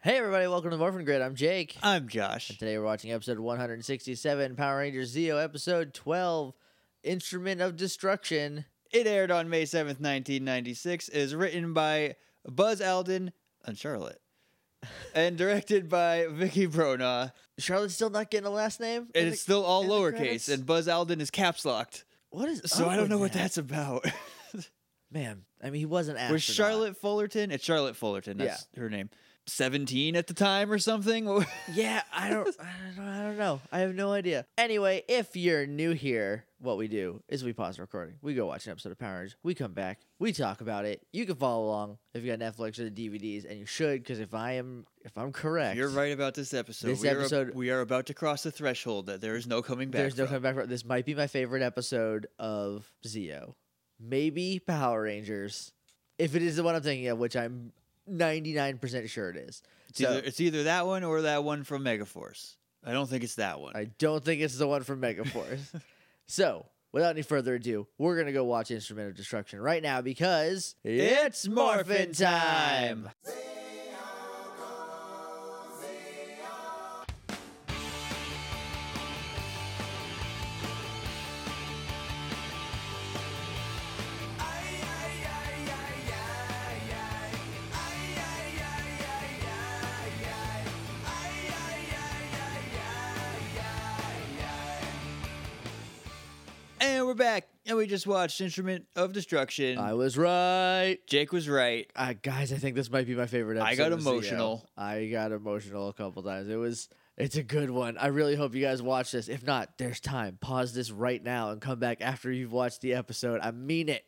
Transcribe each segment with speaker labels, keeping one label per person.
Speaker 1: Hey everybody, welcome to Morphin Grid. I'm Jake.
Speaker 2: I'm Josh.
Speaker 1: And today we're watching episode 167, Power Rangers Zeo, episode 12, Instrument of Destruction.
Speaker 2: It aired on May 7th, 1996. It is written by Buzz Alden and Charlotte. and directed by Vicky Bronaugh.
Speaker 1: Charlotte's still not getting a last name?
Speaker 2: And
Speaker 1: In
Speaker 2: it's
Speaker 1: the-
Speaker 2: still all
Speaker 1: in the
Speaker 2: lowercase.
Speaker 1: credits?
Speaker 2: And Buzz Alden is caps locked.
Speaker 1: what is
Speaker 2: So
Speaker 1: up
Speaker 2: I don't
Speaker 1: with
Speaker 2: know what
Speaker 1: that?
Speaker 2: that's about.
Speaker 1: Man, I mean, he was an astronaut.
Speaker 2: Was Charlotte Fullerton? It's Charlotte Fullerton. That's her name. 17 at the time or something? What-
Speaker 1: Yeah, I don't, I don't, know, I don't know. I have no idea. Anyway, if you're new here, what we do is we pause the recording. We go watch an episode of Power Rangers. We come back. We talk about it. You can follow along if you got Netflix or the DVDs, and you should because if I am, if I'm correct,
Speaker 2: You're right about this episode.
Speaker 1: This
Speaker 2: we Are,
Speaker 1: episode-
Speaker 2: ab- we are about to cross the threshold that there is no coming back.
Speaker 1: There's no
Speaker 2: from.
Speaker 1: coming back. From. This might be my favorite episode of Zeo. Maybe Power Rangers, if it is the one I'm thinking of, which I'm 99% sure it is.
Speaker 2: It's,
Speaker 1: So
Speaker 2: either, it's either that one or that one from Megaforce. I don't think it's that one.
Speaker 1: I don't think it's the one from Megaforce. so without any further ado, we're going to go watch Instrument of Destruction right now because
Speaker 2: It's
Speaker 1: Morphin time!
Speaker 2: And we're back. And we just watched Instrument of Destruction.
Speaker 1: I was right.
Speaker 2: Jake was right.
Speaker 1: Uh, guys, I think this might be my favorite episode.
Speaker 2: I got
Speaker 1: of Zeo.
Speaker 2: emotional.
Speaker 1: I got emotional a couple times. It was it's a good one. I really hope you guys watch this. If not, there's time. Pause this right now and come back after you've watched the episode. I mean it.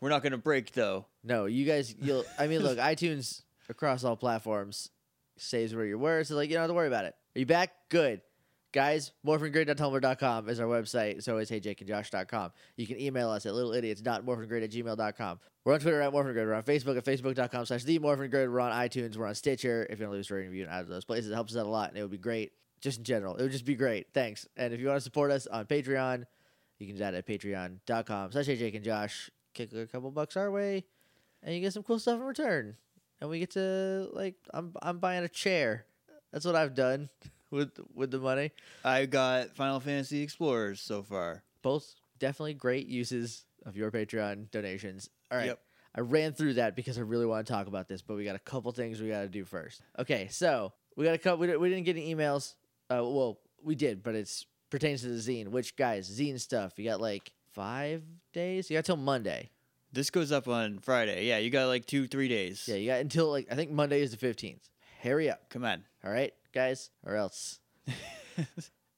Speaker 2: We're not going to break, though.
Speaker 1: No, you guys you'll I mean look, iTunes across all platforms saves where you were, so like you don't have to worry about it. Are you back? Good. Guys, morphinggrid.tumblr.com is our website. So is heyjakeandjosh.com. You can email us at littleidiots.morphingrid at gmail.com. We're on Twitter at morphingrid. We're on Facebook at facebook.com slash the morphingrid. We're on iTunes. We're on Stitcher. If you want to leave us a rating review in either of those places, it helps us out a lot and it would be great. Just in general, it would just be great. Thanks. And if you want to support us on Patreon, you can do that at patreon.com slash heyjakeandjosh. Kick a couple bucks our way and you get some cool stuff in return. And we get to like I'm I'm buying a chair. That's what I've done with with the money.
Speaker 2: I got Final Fantasy Explorers so far.
Speaker 1: Both definitely great uses of your Patreon donations. All right.
Speaker 2: Yep.
Speaker 1: I ran through that because I really want to talk about this, but we got a couple things we got to do first. Okay, so we got a couple. We, di- we didn't get any emails. Uh, well, we did, but it's pertains to the zine. Which guys, zine stuff. You got like five days. You got till Monday.
Speaker 2: This goes up on Friday. Yeah, you got like two, three days.
Speaker 1: Yeah, you got until like I think Monday is the fifteenth. Hurry up.
Speaker 2: Come on.
Speaker 1: All right, guys, or else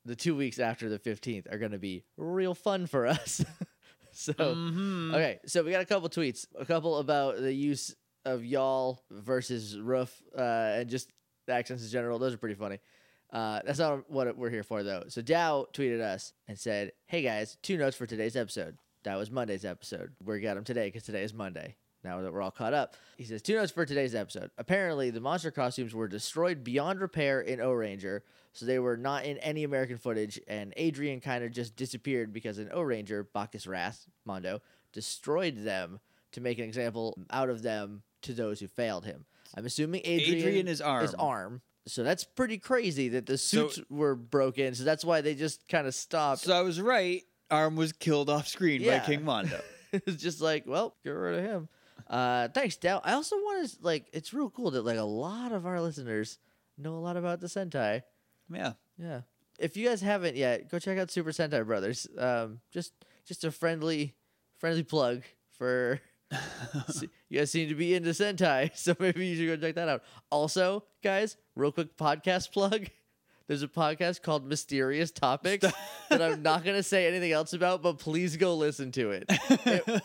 Speaker 1: the two weeks after the 15th are going to be real fun for us. so,
Speaker 2: Mhm.
Speaker 1: Oh. okay, so we got a couple tweets, a couple about the use of y'all versus roof uh, and just the accents in general. Those are pretty funny. Uh, that's not what we're here for, though. So, Dow tweeted us and said, Hey guys, two notes for today's episode. That was Monday's episode. We got them today because today is Monday. Now that we're all caught up, he says, Two notes for today's episode. Apparently, the monster costumes were destroyed beyond repair in O Ranger, so they were not in any American footage, and Adrian kind of just disappeared because an O Ranger, Bacchus Wrath, Mondo, destroyed them to make an example out of them to those who failed him. I'm assuming Adrian,
Speaker 2: Adrian is arm.
Speaker 1: Is arm. So that's pretty crazy that the suits were broken. So that's why they just kind of stopped.
Speaker 2: So I was right. Arm was killed off screen
Speaker 1: Yeah.
Speaker 2: by King Mondo.
Speaker 1: it's just like, well, get rid of him. Uh, thanks, Dow. I also want to like, it's real cool that like a lot of our listeners know a lot about the Sentai.
Speaker 2: yeah.
Speaker 1: Yeah. If you guys haven't yet, go check out Super Sentai Brothers. Um, just just a friendly friendly plug for se- you guys seem to be into Sentai, so maybe you should go check that out. Also, guys, real quick podcast plug. There's a podcast called Mysterious Topics that I'm not gonna say anything else about, but please go listen to it. It,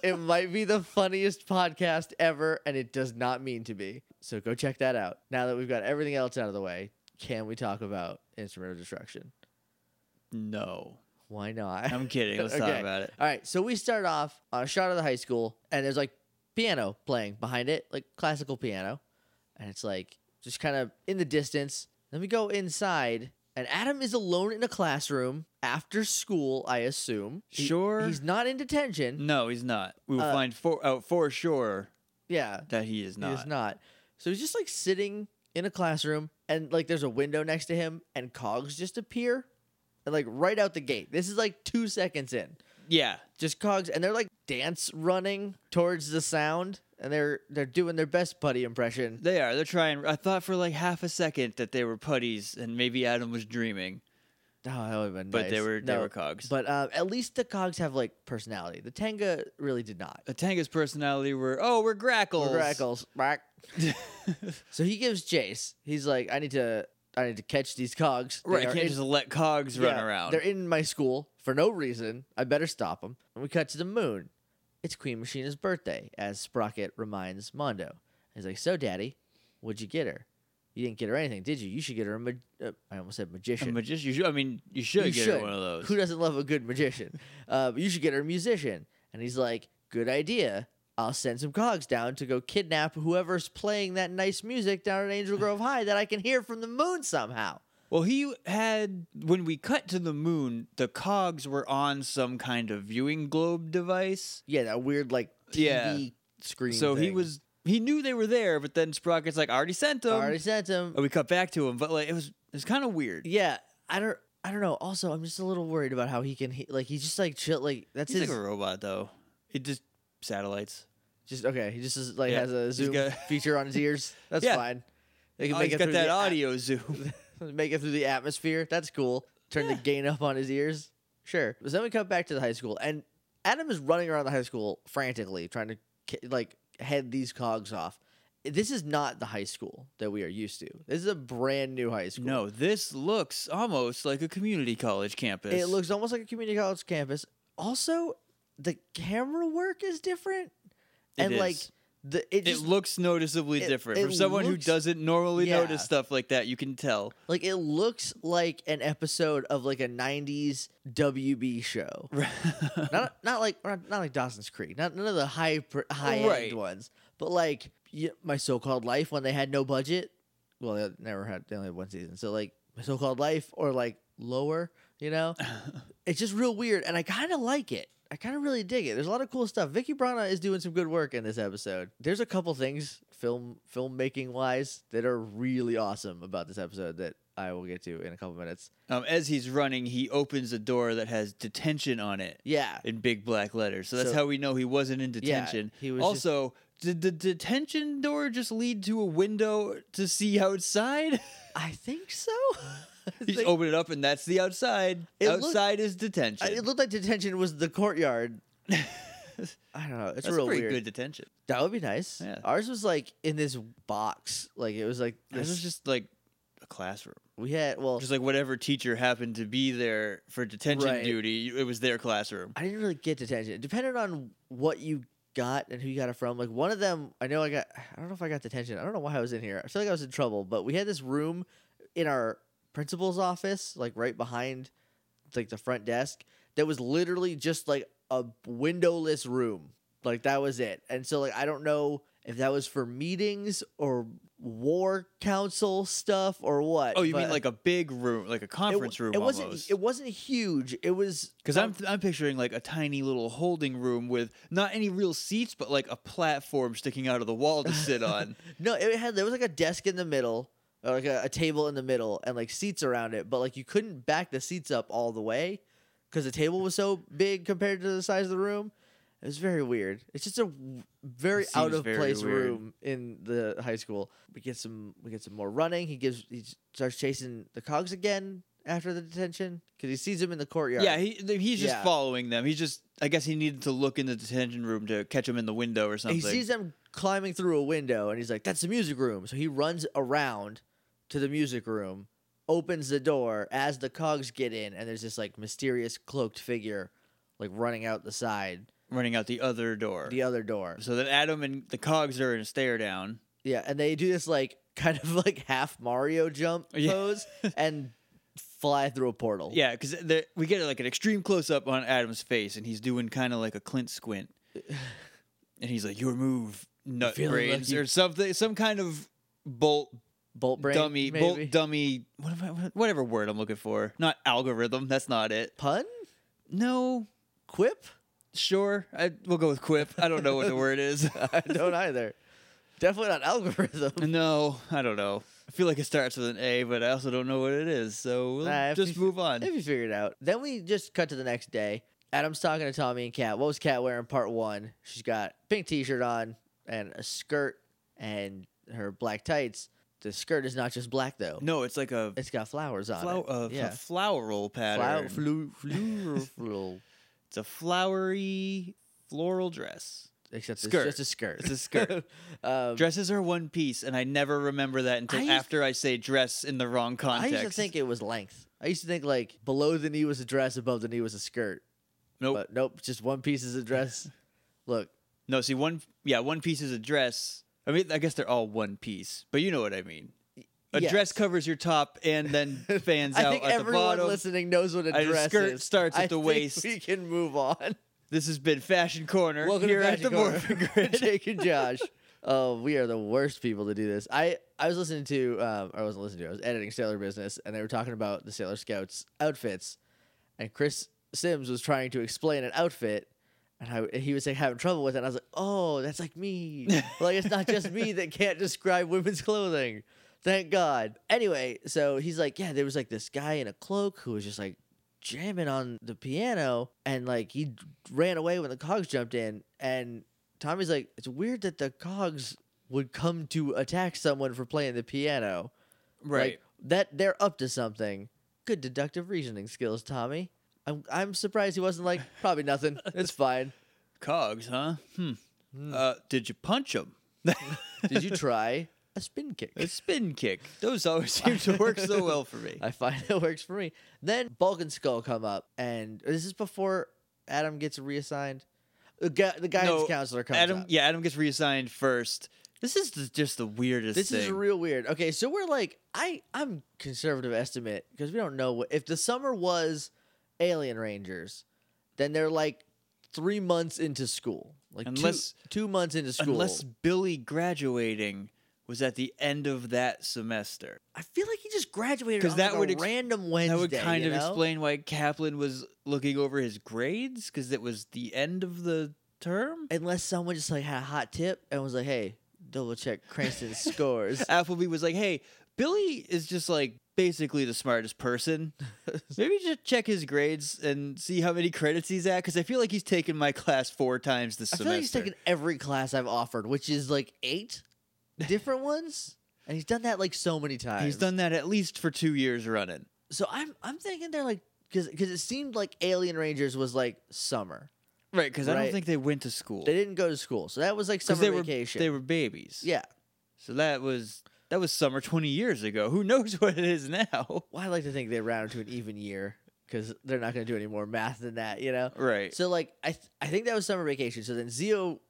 Speaker 1: it might be the funniest podcast ever, and it does not mean to be. So go check that out. Now that we've got everything else out of the way, can we talk about Instrument of Destruction?
Speaker 2: No.
Speaker 1: Why not?
Speaker 2: I'm kidding. Let's
Speaker 1: Okay.
Speaker 2: talk about it.
Speaker 1: All right, so we start off on a shot of the high school, and there's like piano playing behind it, like classical piano, and it's like just kind of in the distance. Then we go inside, and Adam is alone in a classroom after school, I assume. He-
Speaker 2: Sure. Mm.
Speaker 1: he's not in detention.
Speaker 2: No, he's not. We will
Speaker 1: Uh,
Speaker 2: find for out for sure
Speaker 1: Yeah,
Speaker 2: that he is not.
Speaker 1: he is not. So he's just like sitting in a classroom and like there's a window next to him and cogs just appear and like right out the gate. This is like two seconds in.
Speaker 2: Yeah.
Speaker 1: Just cogs and they're like dance running towards the sound and they're they're doing their best putty impression.
Speaker 2: They are. They're trying. I thought for like half a second that they were putties and maybe Adam was dreaming,
Speaker 1: Oh, that would have been
Speaker 2: but
Speaker 1: nice.
Speaker 2: they were they
Speaker 1: No,
Speaker 2: were cogs.
Speaker 1: But um, at least the cogs have like personality. The Tenga really did not.
Speaker 2: Atanga's personality were oh we're grackles.
Speaker 1: Grackles. Brack. so he gives chase. He's like, I need to I need to catch these cogs. They
Speaker 2: right.
Speaker 1: are
Speaker 2: You can't
Speaker 1: in-
Speaker 2: just let cogs run
Speaker 1: Yeah,
Speaker 2: around.
Speaker 1: They're in my school for no reason. I better stop them. And we cut to the moon. It's Queen Machina's birthday, as Sprocket reminds Mondo. He's like, "So, Daddy, what'd you get her? You didn't get her anything, did you? You should get her a ma- uh, I almost said
Speaker 2: A
Speaker 1: magician.
Speaker 2: magician. You should, I mean, you should
Speaker 1: You
Speaker 2: get her
Speaker 1: should.
Speaker 2: one of those.
Speaker 1: Who doesn't love a good magician? uh, but you should get her a musician." And he's like, "Good idea. I'll send some cogs down to go kidnap whoever's playing that nice music down at Angel Grove High that I can hear from the moon somehow."
Speaker 2: Well, he had when we cut to the moon, the cogs were on some kind of viewing globe device.
Speaker 1: Yeah, that weird like TV
Speaker 2: Yeah.
Speaker 1: screen.
Speaker 2: so he
Speaker 1: thing.
Speaker 2: was he knew they were there, but then Sprocket's like, I already sent them.
Speaker 1: I already sent him.
Speaker 2: And we cut back to him, but like it was it's kind of weird.
Speaker 1: Yeah, I don't. I don't know. Also, I'm just a little worried about how he can. He, like he's just like chill. Like that's
Speaker 2: He's
Speaker 1: his.
Speaker 2: like a robot though. It just satellites.
Speaker 1: just okay. He just is, like
Speaker 2: Yeah,
Speaker 1: has a
Speaker 2: he's
Speaker 1: zoom
Speaker 2: got-
Speaker 1: feature on his ears. That's
Speaker 2: Yeah.
Speaker 1: fine. They
Speaker 2: Oh, he's got
Speaker 1: through
Speaker 2: that
Speaker 1: the at-
Speaker 2: audio zoom.
Speaker 1: make it through the atmosphere. That's cool. Turn the gain up on his ears. Sure. So then we come back to the high school, and Adam is running around the high school frantically trying to ki- like head these cogs off. This is not the high school that we are used to. This is a brand new high school.
Speaker 2: no, this looks almost like a community college campus.
Speaker 1: It looks almost like a community college campus. Also, the camera work is different,
Speaker 2: It
Speaker 1: and like
Speaker 2: is.
Speaker 1: the it
Speaker 2: it
Speaker 1: just
Speaker 2: looks noticeably
Speaker 1: it-
Speaker 2: different
Speaker 1: it
Speaker 2: from someone
Speaker 1: looks-
Speaker 2: who doesn't normally
Speaker 1: Yeah.
Speaker 2: notice stuff like that. You can tell.
Speaker 1: like it looks like an episode of like a '90s WB show. not not like not, not like Dawson's Creek. Not none of the high per, high
Speaker 2: Right.
Speaker 1: end ones. But like y my so called life when they had no budget. Well, they never had. They only had one season. So like my so called life or like lower. You know, it's just real weird, and I kind of like it. I kind of really dig it. There's a lot of cool stuff. Vicky Brana is doing some good work in this episode. There's a couple things film filmmaking wise that are really awesome about this episode that I will get to in a couple minutes.
Speaker 2: Um, as he's running, he opens a door that has detention on it
Speaker 1: Yeah,
Speaker 2: in big black letters. So that's
Speaker 1: So-
Speaker 2: how we know he wasn't in detention.
Speaker 1: he was just-
Speaker 2: also, did the detention door just lead to a window to see outside?
Speaker 1: I think so. I
Speaker 2: You just
Speaker 1: think-
Speaker 2: open it up, and that's the outside.
Speaker 1: It looked-
Speaker 2: outside is
Speaker 1: I-
Speaker 2: detention.
Speaker 1: it looked like detention was the courtyard. I don't know. It's
Speaker 2: that's
Speaker 1: real
Speaker 2: pretty
Speaker 1: weird.
Speaker 2: good detention.
Speaker 1: That would be nice.
Speaker 2: Yeah.
Speaker 1: Ours was like in this box. Like it was like
Speaker 2: This
Speaker 1: this-
Speaker 2: is just like a classroom.
Speaker 1: we had. Well,
Speaker 2: Just like whatever teacher happened to be there for detention
Speaker 1: Right.
Speaker 2: duty, you- it was their classroom.
Speaker 1: I didn't really get detention. It depended on what you got and who you got it from. Like one of them, I know I got. I don't know if I got detention. I don't know why I was in here. I feel like I was in trouble. But we had this room in our principal's office, like right behind, like the front desk, that was literally just like a windowless room. Like that was it. And so like I don't know if that was for meetings or war council stuff or what.
Speaker 2: Oh, you mean
Speaker 1: but
Speaker 2: like a big room, like a
Speaker 1: it w- um,
Speaker 2: conference room?
Speaker 1: It wasn't.
Speaker 2: almost.
Speaker 1: It wasn't huge. It was
Speaker 2: Because I'm I'm picturing like a tiny little holding room with not any real seats, but like a platform sticking out of the wall to sit on.
Speaker 1: No, it had there was like a desk in the middle, or like a, a table in the middle, and like seats around it. But like you couldn't back the seats up all the way because the table was so big compared to the size of the room. It was very weird. It's just a w- very
Speaker 2: seems
Speaker 1: out of
Speaker 2: very
Speaker 1: place
Speaker 2: weird.
Speaker 1: room in the high school. We get some we get some more running. He gives he starts chasing the cogs again after the detention because he sees him in the courtyard.
Speaker 2: yeah, he th- he's just
Speaker 1: Yeah.
Speaker 2: following them. He's just I guess he needed to look in the detention room to catch him in the window or something.
Speaker 1: He sees them climbing through a window and he's like, that's the music room. So he runs around to the music room, opens the door as the cogs get in, and there's this like mysterious cloaked figure like running out the side,
Speaker 2: running out the other door.
Speaker 1: the other door.
Speaker 2: So then Adam and the cogs are in a stare down.
Speaker 1: Yeah. And they do this like kind of like half Mario jump
Speaker 2: Yeah.
Speaker 1: pose and fly through a portal.
Speaker 2: Yeah, because we get like an extreme close up on Adam's face, and he's doing kind of like a Clint squint, and he's like, "Your move, nut
Speaker 1: feeling like
Speaker 2: brains,"
Speaker 1: you-
Speaker 2: or something, some kind of bolt
Speaker 1: Bolt brain.
Speaker 2: dummy,
Speaker 1: maybe.
Speaker 2: bolt dummy, what am I, what- whatever word I'm looking for. Not algorithm. That's not it.
Speaker 1: Pun?
Speaker 2: No,
Speaker 1: Quip?
Speaker 2: sure. I, we'll go with quip. I don't know what the word is.
Speaker 1: I don't either. Definitely not algorithm.
Speaker 2: no, I don't know. I feel like it starts with an A, but I also don't know what it is. So we'll
Speaker 1: Nah, if
Speaker 2: just
Speaker 1: you-
Speaker 2: move on.
Speaker 1: If you figured it out. Then we just cut to the next day. Adam's talking to Tommy and Kat. What was Kat wearing part one? She's got pink t-shirt on and a skirt and her black tights. The skirt is not just black though.
Speaker 2: no, it's like a
Speaker 1: It's got flowers on
Speaker 2: flower,
Speaker 1: it.
Speaker 2: uh, a
Speaker 1: yeah.
Speaker 2: floweral
Speaker 1: Flower,
Speaker 2: pattern.
Speaker 1: flu, flu, flu,
Speaker 2: it's a flowery floral dress.
Speaker 1: except
Speaker 2: Skirt.
Speaker 1: it's just a skirt.
Speaker 2: It's a skirt.
Speaker 1: um,
Speaker 2: Dresses are one piece, and I never remember that until
Speaker 1: I used-
Speaker 2: after I say dress in the wrong
Speaker 1: I
Speaker 2: context.
Speaker 1: used to think it was length. I used to think like below the knee was a dress, above the knee was a skirt.
Speaker 2: Nope.
Speaker 1: But nope, just one piece is a dress. Look,
Speaker 2: no, see one. Yeah, one piece is a dress. I mean, I guess they're all one piece, but you know what I mean. A
Speaker 1: yes.
Speaker 2: dress covers your top and then fans
Speaker 1: I
Speaker 2: out
Speaker 1: think
Speaker 2: at the
Speaker 1: everyone
Speaker 2: bottom.
Speaker 1: listening knows what a
Speaker 2: A
Speaker 1: dress
Speaker 2: skirt
Speaker 1: is.
Speaker 2: starts at
Speaker 1: I
Speaker 2: the
Speaker 1: think
Speaker 2: waist.
Speaker 1: We can move on.
Speaker 2: This has been Fashion Corner
Speaker 1: Welcome
Speaker 2: here
Speaker 1: to
Speaker 2: at the Morphin Grid.
Speaker 1: Jake and Josh. Oh, we are the worst people to do this. I I was listening to um, I wasn't listening to. I was editing Sailor Business, and they were talking about the Sailor Scouts outfits, and Chris Sims was trying to explain an outfit. And I, he was like having trouble with it. And I was like, "Oh, that's like me. like it's not just me that can't describe women's clothing. Thank God." Anyway, so he's like, "Yeah, there was like this guy in a cloak who was just like jamming on the piano and like he d- ran away when the cogs jumped in and tommy's like it's weird that the cogs would come to attack someone for playing the piano
Speaker 2: right.
Speaker 1: like, that they're up to something good deductive reasoning skills tommy i'm, I'm surprised he wasn't like probably nothing it's fine
Speaker 2: Cogs, huh? Hmm. Uh, did you punch him?
Speaker 1: did you try a spin kick
Speaker 2: A spin kick. Those always seem to work so well for me.
Speaker 1: I find it works for me. Then Bulk and Skull come up, and this is before Adam gets reassigned. The, gu- the guidance
Speaker 2: No,
Speaker 1: counselor comes
Speaker 2: Adam,
Speaker 1: up.
Speaker 2: yeah, Adam gets reassigned first. This is the, just the weirdest
Speaker 1: This
Speaker 2: thing.
Speaker 1: is real weird. Okay, so we're like, I I'm conservative estimate because we don't know what if the summer was Alien Rangers, then they're like three months into school, like
Speaker 2: Unless-
Speaker 1: two, two months into school.
Speaker 2: Unless Billy graduating was at the end of that semester,
Speaker 1: I feel like he just graduated
Speaker 2: 'Cause
Speaker 1: because
Speaker 2: that
Speaker 1: that
Speaker 2: would
Speaker 1: would
Speaker 2: ex-
Speaker 1: random Wednesday.
Speaker 2: that would kind
Speaker 1: you
Speaker 2: of
Speaker 1: know?
Speaker 2: explain why Kaplan was looking over his grades because it was the end of the term.
Speaker 1: Unless someone just like had a hot tip and was like, hey, double check Cranston's scores.
Speaker 2: Appleby was like, "Hey, Billy is just like basically the smartest person. Maybe just check his grades and see how many credits he's at because I feel like he's taken my class four times this
Speaker 1: I feel
Speaker 2: semester.
Speaker 1: like he's taken every class I've offered, which is like eight different ones, and he's done that like so many times.
Speaker 2: He's done that at least for two years running.
Speaker 1: So I'm I'm thinking they're like because because it seemed like Alien Rangers was like summer.
Speaker 2: Right, because I don't
Speaker 1: Right.
Speaker 2: think they went to school.
Speaker 1: They didn't go to school, so that was like summer
Speaker 2: they
Speaker 1: vacation.
Speaker 2: were they were babies.
Speaker 1: yeah.
Speaker 2: So that was that was summer twenty years ago. Who knows what it is now?
Speaker 1: Well, I like to think they rounded to an even year because they're not going to do any more math than that, you know.
Speaker 2: Right.
Speaker 1: So like I th- I think that was summer vacation. So then Zio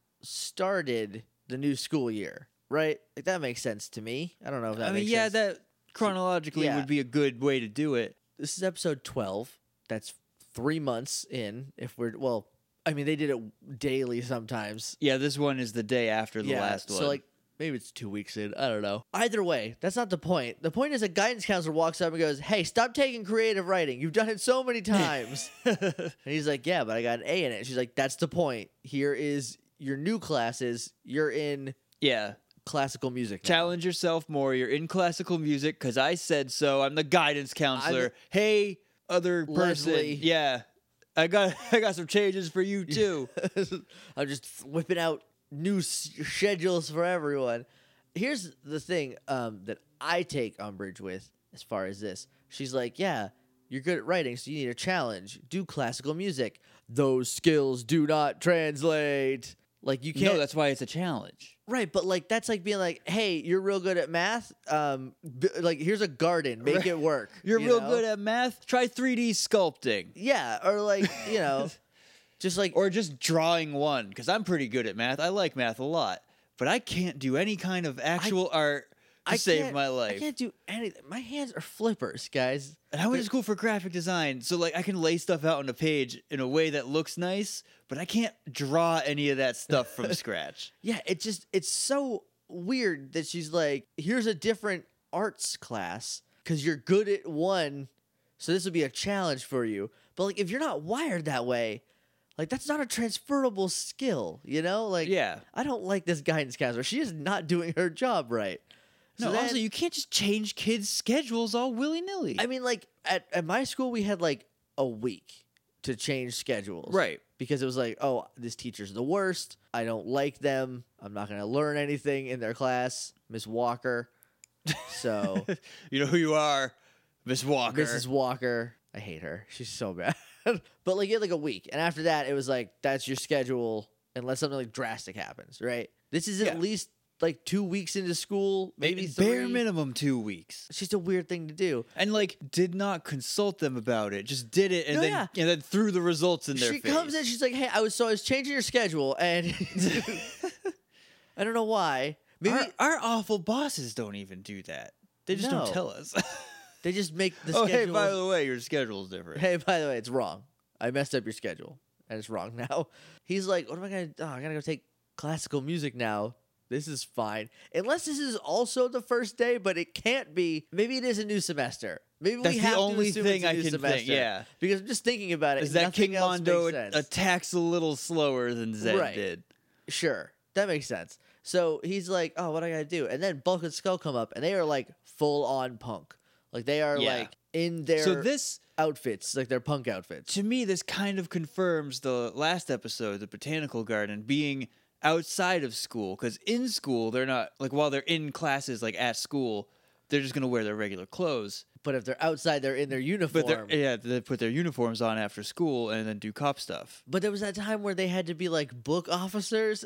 Speaker 1: started the new school year, right? Like that makes sense to me. I don't know if that
Speaker 2: I mean,
Speaker 1: makes
Speaker 2: yeah,
Speaker 1: sense.
Speaker 2: that chronologically
Speaker 1: Yeah.
Speaker 2: would be a good way to do it.
Speaker 1: this is episode 12 that's three months in if we're well i mean they did it daily sometimes
Speaker 2: Yeah, this one is the day after the last one.
Speaker 1: so like maybe it's two weeks in i don't know either way that's not the point the point is a guidance counselor walks up and goes hey stop taking creative writing you've done it so many times and he's like yeah but i got an a in it she's like that's the point here is your new classes you're in
Speaker 2: yeah,
Speaker 1: classical music now."
Speaker 2: challenge yourself more. You're in classical music because I said so. I'm the guidance counselor. hey, other person.
Speaker 1: Leslie.
Speaker 2: Yeah, I got I got some changes for you too.
Speaker 1: I'm just whipping out new s- schedules for everyone. Here's the thing um, that I take umbrage with as far as this. She's like, yeah, you're good at writing, so you need a challenge. Do classical music. Those skills do not translate. Like you can't.
Speaker 2: no, that's why it's a challenge.
Speaker 1: right, but like that's like being like, hey, you're real good at math. Um, b- like here's a garden, make
Speaker 2: Right.
Speaker 1: it work.
Speaker 2: You're
Speaker 1: you
Speaker 2: real
Speaker 1: know?
Speaker 2: good at math. Try 3D sculpting.
Speaker 1: Yeah, or like you know, just like
Speaker 2: or just drawing one because I'm pretty good at math. I like math a lot, but I can't do any kind of actual art to save
Speaker 1: can't-
Speaker 2: my
Speaker 1: I
Speaker 2: life.
Speaker 1: can't do anything. My hands are flippers, guys.
Speaker 2: and I went to school for graphic design, so like I can lay stuff out on a page in a way that looks nice, but I can't draw any of that stuff from scratch.
Speaker 1: Yeah, it just it's so weird that she's like, here's a different arts class because you're good at one, so this would be a challenge for you. But like, if you're not wired that way, like that's not a transferable skill, you know? Like,
Speaker 2: Yeah.
Speaker 1: I don't like this guidance counselor. She is not doing her job right.
Speaker 2: No,
Speaker 1: So then-
Speaker 2: also you can't just change kids' schedules all willy nilly.
Speaker 1: I mean, like at, at my school, we had like a week to change schedules.
Speaker 2: right.
Speaker 1: Because it was like, oh, this teacher's the worst. I don't like them. I'm not going to learn anything in their class. Miss Walker. So,
Speaker 2: you know who you are, Miss Walker.
Speaker 1: Mrs. Walker. I hate her. She's so bad. but like, you had like a week. And after that, it was like, that's your schedule unless something like drastic happens, right? This is at
Speaker 2: Yeah.
Speaker 1: least like two weeks into school, maybe three.
Speaker 2: bare minimum two weeks.
Speaker 1: It's just a weird thing to do.
Speaker 2: and like did not consult them about it. Just did it and
Speaker 1: No,
Speaker 2: then
Speaker 1: yeah.
Speaker 2: and then threw the results in their
Speaker 1: she
Speaker 2: face.
Speaker 1: comes in she's like hey i was so i was changing your schedule and i don't know why maybe
Speaker 2: our, our awful bosses don't even do that. They just
Speaker 1: No.
Speaker 2: don't tell us.
Speaker 1: they just make the
Speaker 2: oh, hey,
Speaker 1: schedule
Speaker 2: by the way, your schedule's different.
Speaker 1: hey by the way it's wrong i messed up your schedule and it's wrong now he's like what am i gonna oh, i gotta go take classical music now this is fine unless this is also the first day but it can't be maybe it is a new semester maybe
Speaker 2: That's
Speaker 1: we
Speaker 2: the
Speaker 1: have
Speaker 2: only
Speaker 1: to assume
Speaker 2: thing
Speaker 1: it's a
Speaker 2: I
Speaker 1: new
Speaker 2: can
Speaker 1: semester.
Speaker 2: think. Yeah,
Speaker 1: because i'm just thinking about it
Speaker 2: is
Speaker 1: and
Speaker 2: that
Speaker 1: nothing
Speaker 2: King
Speaker 1: else
Speaker 2: Mondo
Speaker 1: makes sense.
Speaker 2: attacks a little slower than Zed
Speaker 1: Right.
Speaker 2: did?
Speaker 1: Sure. That makes sense. So he's like, oh, what do I gotta do? And then Bulk and Skull come up and they are like full on punk. Like they are
Speaker 2: Yeah.
Speaker 1: like in their
Speaker 2: So this,
Speaker 1: outfits, like their punk outfits.
Speaker 2: to me, this kind of confirms the last episode, the botanical garden being outside of school because in school they're not like while they're in classes like at school they're just gonna wear their regular clothes
Speaker 1: But if they're outside, they're in their uniform.
Speaker 2: But
Speaker 1: But,
Speaker 2: they're, yeah, they put their uniforms on after school and then do cop stuff.
Speaker 1: there was that time where they had to be like book officers.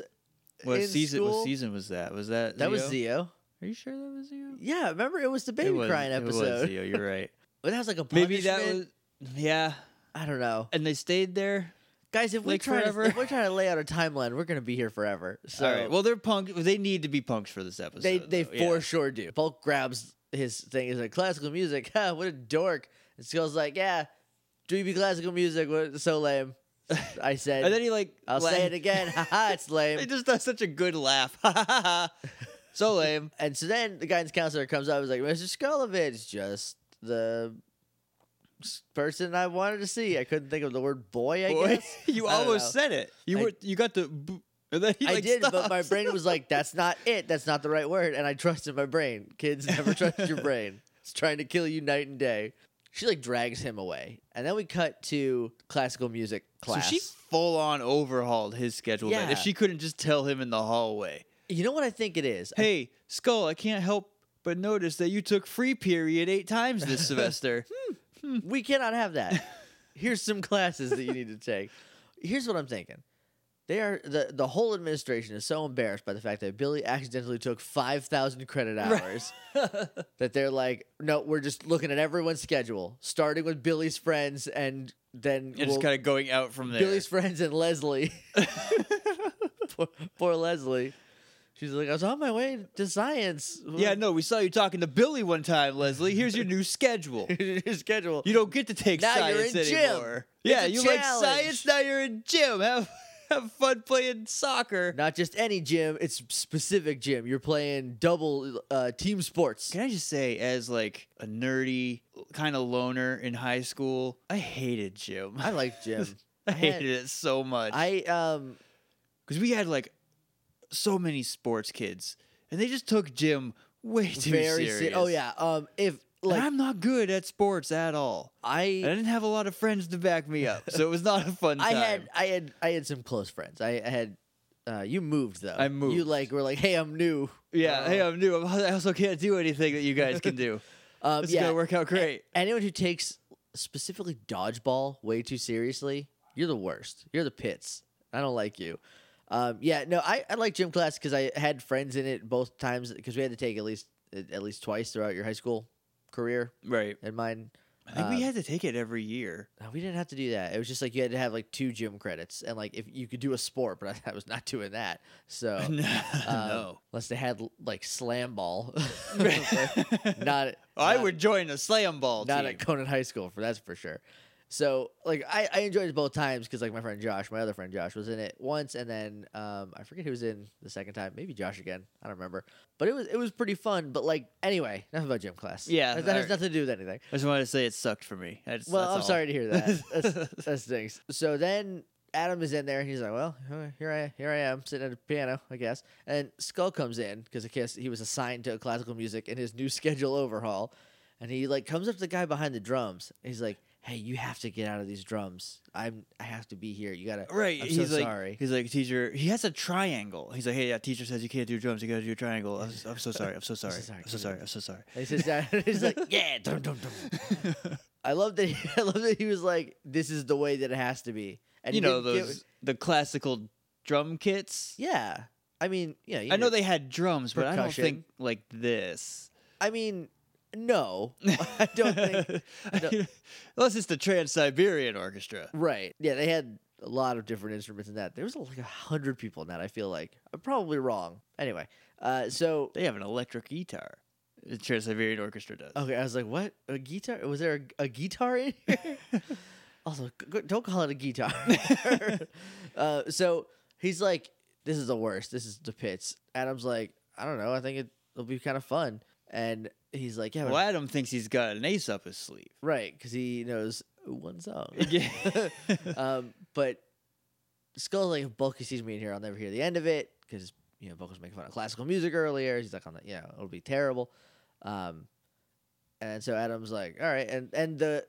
Speaker 2: What
Speaker 1: in
Speaker 2: season?
Speaker 1: school.
Speaker 2: What season was that? Was that
Speaker 1: That was
Speaker 2: Zio?
Speaker 1: Zio.
Speaker 2: Are you sure that was Zio?
Speaker 1: Yeah, remember it was the baby
Speaker 2: it was,
Speaker 1: crying
Speaker 2: It was
Speaker 1: episode.
Speaker 2: Zio. You're right.
Speaker 1: But that was like a punishment.
Speaker 2: Maybe that was. Yeah,
Speaker 1: I don't know,
Speaker 2: and they stayed there.
Speaker 1: guys. If we
Speaker 2: Like,
Speaker 1: try, to,
Speaker 2: forever?
Speaker 1: if we're trying to lay out a timeline, we're gonna be here forever. So
Speaker 2: All right. Well, they're punk. They need to be punked for this episode.
Speaker 1: They they
Speaker 2: though, yeah.
Speaker 1: for sure do. Bulk grabs his thing. He's like classical music. Ha, what a dork. And Skull's like, yeah, dreamy classical music. What so lame. I said.
Speaker 2: And then he like.
Speaker 1: I'll
Speaker 2: la-
Speaker 1: say it again. Haha, it's
Speaker 2: He
Speaker 1: lame.
Speaker 2: just does such a good laugh. so lame.
Speaker 1: And so then the guidance counselor comes up. He's like, Mr. Skullovich, just the s- person I wanted to see. I couldn't think of the word boy. I
Speaker 2: Boy,
Speaker 1: guess
Speaker 2: you
Speaker 1: I don't
Speaker 2: almost
Speaker 1: know.
Speaker 2: said it. You
Speaker 1: I-
Speaker 2: were. You got the. boo- And then he,
Speaker 1: I
Speaker 2: like,
Speaker 1: did, but my
Speaker 2: stops.
Speaker 1: brain was like, "That's not it. That's not the right word." And I trusted my brain. Kids never trust your brain. It's trying to kill you night and day. She like drags him away, and then we cut to classical music class.
Speaker 2: So she full on overhauled his schedule. then,
Speaker 1: Yeah.
Speaker 2: If she couldn't just tell him in the hallway,
Speaker 1: you know what I think it is? I-
Speaker 2: hey, Skull, I can't help but notice that you took free period eight times this semester.
Speaker 1: we cannot have that. Here's some classes that you need to take. Here's what I'm thinking. They are the the whole administration is so embarrassed by the fact that Billy accidentally took five thousand credit
Speaker 2: Right.
Speaker 1: hours that they're like, no, we're just looking at everyone's schedule, starting with Billy's friends and then
Speaker 2: and
Speaker 1: we'll-
Speaker 2: just kind of going out from there.
Speaker 1: Billy's friends and Leslie. poor, poor Leslie. She's like, I was on my way to science.
Speaker 2: yeah, no, we saw you talking to Billy one time, Leslie. Here's your new schedule.
Speaker 1: your schedule.
Speaker 2: You don't get to take
Speaker 1: Now you're
Speaker 2: science
Speaker 1: in gym.
Speaker 2: anymore.
Speaker 1: It's
Speaker 2: Yeah,
Speaker 1: a
Speaker 2: you like
Speaker 1: challenge.
Speaker 2: science, now you're in gym. Have have fun playing soccer.
Speaker 1: Not just any gym, it's specific gym. You're playing double uh, team sports.
Speaker 2: Can I just say, as like a nerdy kind of loner in high school, I hated gym.
Speaker 1: I like gym.
Speaker 2: I
Speaker 1: had-
Speaker 2: hated it so much.
Speaker 1: I um
Speaker 2: because we had like so many sports kids, and they just took gym way too
Speaker 1: very
Speaker 2: serious.
Speaker 1: se- oh yeah um if
Speaker 2: And
Speaker 1: like
Speaker 2: I'm not good at sports at all. And I
Speaker 1: I
Speaker 2: didn't have a lot of friends to back me up, so it was not a fun time.
Speaker 1: I had I had I had some close friends. I, I had uh, you moved though.
Speaker 2: I
Speaker 1: You
Speaker 2: moved.
Speaker 1: like were like hey I'm new.
Speaker 2: yeah,
Speaker 1: Uh,
Speaker 2: hey, I'm new. I'm, I also can't do anything that you guys can do.
Speaker 1: um,
Speaker 2: This is
Speaker 1: yeah.
Speaker 2: gonna work out great.
Speaker 1: anyone who takes specifically dodgeball way too seriously, you're the worst. You're the pits. I don't like you. Um, yeah, no, I, I like gym class because I had friends in it both times because we had to take at least at at least twice throughout your high school career
Speaker 2: Right.
Speaker 1: and mine.
Speaker 2: I think
Speaker 1: Um,
Speaker 2: we had to take it every year.
Speaker 1: no, we didn't have to do that. It was just like you had to have like two gym credits and like if you could do a sport, but I, I was not doing that. So
Speaker 2: no.
Speaker 1: um, unless they had like slam ball, not.
Speaker 2: I
Speaker 1: not-
Speaker 2: would join a slam ball
Speaker 1: not
Speaker 2: team.
Speaker 1: at Conan High School for that's for sure. So like I, I enjoyed it both times because like my friend Josh, my other friend Josh, was in it once and then um, I forget who was in the second time. Maybe Josh again. I don't remember. But it was it was pretty fun. But like anyway, enough about gym class.
Speaker 2: Yeah,
Speaker 1: that, that has
Speaker 2: alright.
Speaker 1: nothing to do with anything.
Speaker 2: I just wanted to say it sucked for me. That's,
Speaker 1: Well,
Speaker 2: that's
Speaker 1: I'm
Speaker 2: all.
Speaker 1: sorry to hear that. That's, that stinks. So then Adam is in there, and he's like, "Well, okay, here I here I am sitting at a piano, I guess." And Skull comes in because I guess he was assigned to classical music in his new schedule overhaul, and he like comes up to the guy behind the drums. And he's like, "Hey, you have to get out of these drums. I'm I have to be here. You gotta."
Speaker 2: Right.
Speaker 1: I'm so
Speaker 2: he's like
Speaker 1: sorry.
Speaker 2: he's like teacher. He has a triangle. He's like, hey, yeah. Teacher says you can't do drums. You gotta do a triangle. I'm, I'm so sorry. I'm so sorry.
Speaker 1: sorry,
Speaker 2: I'm
Speaker 1: can't
Speaker 2: so
Speaker 1: do
Speaker 2: sorry. I'm so sorry.
Speaker 1: And he sits down. And he's like, "Yeah, dum dum dum." I love that. He, I love that he was like, "This is the way that it has to be." And
Speaker 2: you
Speaker 1: he
Speaker 2: know
Speaker 1: didn't give-
Speaker 2: those the classical drum kits.
Speaker 1: yeah. I mean, yeah. you
Speaker 2: I know
Speaker 1: did-
Speaker 2: they had drums, but I don't
Speaker 1: Percussion.
Speaker 2: think like this.
Speaker 1: I mean, no, I don't think.
Speaker 2: I
Speaker 1: don't-
Speaker 2: mean, unless it's the Trans Siberian Orchestra.
Speaker 1: Right. Yeah, they had a lot of different instruments in that. There was like a hundred people in that. I feel like I'm probably wrong. Anyway, uh, so
Speaker 2: They have an electric guitar. The Trans Siberian Orchestra does.
Speaker 1: okay, I was like, what? A guitar? Was there a, a guitar in here? also, g- g- don't call it a guitar. uh, so he's like, this is the worst. This is the pits. Adam's like, I don't know. I think it'll be kind of fun. And he's like, yeah, but
Speaker 2: Well, Adam thinks he's got an ace up his sleeve.
Speaker 1: right, because he knows one song.
Speaker 2: Yeah.
Speaker 1: um, but Skull's like, if Bulky sees me in here, I'll never hear the end of it because you know Bulk was making fun of classical music earlier. He's like, on the, you know, it'll be terrible. Um, and so Adam's like, all right, and and the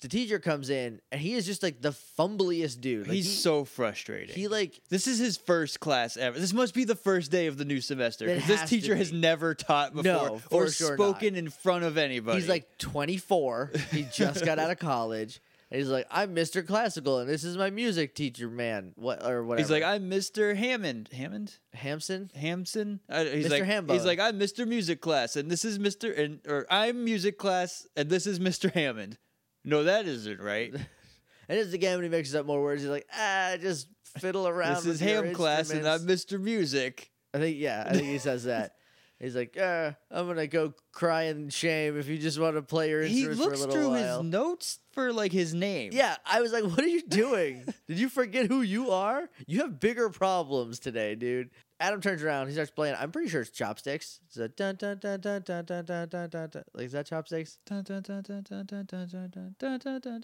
Speaker 1: the teacher comes in and he is just like the fumbliest dude. Like,
Speaker 2: he's
Speaker 1: he,
Speaker 2: so frustrating.
Speaker 1: he like
Speaker 2: this is his first class ever. This must be the first day of the new semester
Speaker 1: It
Speaker 2: because this
Speaker 1: has to
Speaker 2: teacher has
Speaker 1: be.
Speaker 2: never taught before
Speaker 1: No,
Speaker 2: or
Speaker 1: for sure not.
Speaker 2: spoken in front of anybody.
Speaker 1: he's like 24. He just got out of college. And he's like, I'm Mr. Classical, and this is my music teacher, man. What or whatever.
Speaker 2: he's like, I'm Mr. Hammond. Hammond.
Speaker 1: Hampson.
Speaker 2: Hampson. I, he's
Speaker 1: Mr.
Speaker 2: like he's
Speaker 1: Hambone.
Speaker 2: like I'm Mr. Music Class, and this is Mr. and or I'm Music Class, and this is Mr. Hammond. No, that isn't right.
Speaker 1: And as the game, when he mixes up more words, he's like, ah, just fiddle around.
Speaker 2: this is
Speaker 1: with your
Speaker 2: Ham Class, and I'm
Speaker 1: instruments."
Speaker 2: Mr. Music.
Speaker 1: I think yeah, I think he says that. He's like, uh, I'm gonna go cry in shame if you just want to play your
Speaker 2: He
Speaker 1: instruments for
Speaker 2: looks
Speaker 1: a little
Speaker 2: through
Speaker 1: while.
Speaker 2: his notes for like his name.
Speaker 1: yeah, I was like, what are you doing? Did you forget who you are? You have bigger problems today, dude. Adam turns around. He starts playing. I'm pretty sure it's chopsticks. It's a dun dun dun dun dun dun dun dun dun. dun. Like is that chopsticks?
Speaker 2: I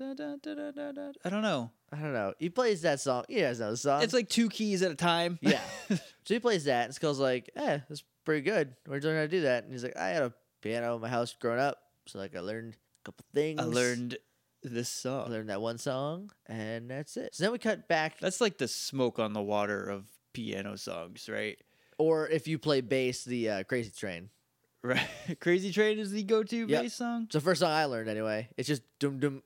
Speaker 2: don't know.
Speaker 1: I don't know. He plays that song. He has no song.
Speaker 2: It's like two keys at a time.
Speaker 1: Um, Yeah. So he plays that, and Skull's like, "Eh, that's pretty good. We're learning how to do that." And he's like, "I had a piano in my house growing up, so like I learned a couple things.
Speaker 2: I learned this
Speaker 1: I
Speaker 2: song.
Speaker 1: learned that one song, and that's it." So then we cut back,
Speaker 2: That's like the smoke on the water of piano songs, right?
Speaker 1: or if you play bass, the uh, Crazy Train.
Speaker 2: Right. Crazy Train is the go-to
Speaker 1: Yep.
Speaker 2: bass song.
Speaker 1: It's the first song I learned anyway. It's just dum dum,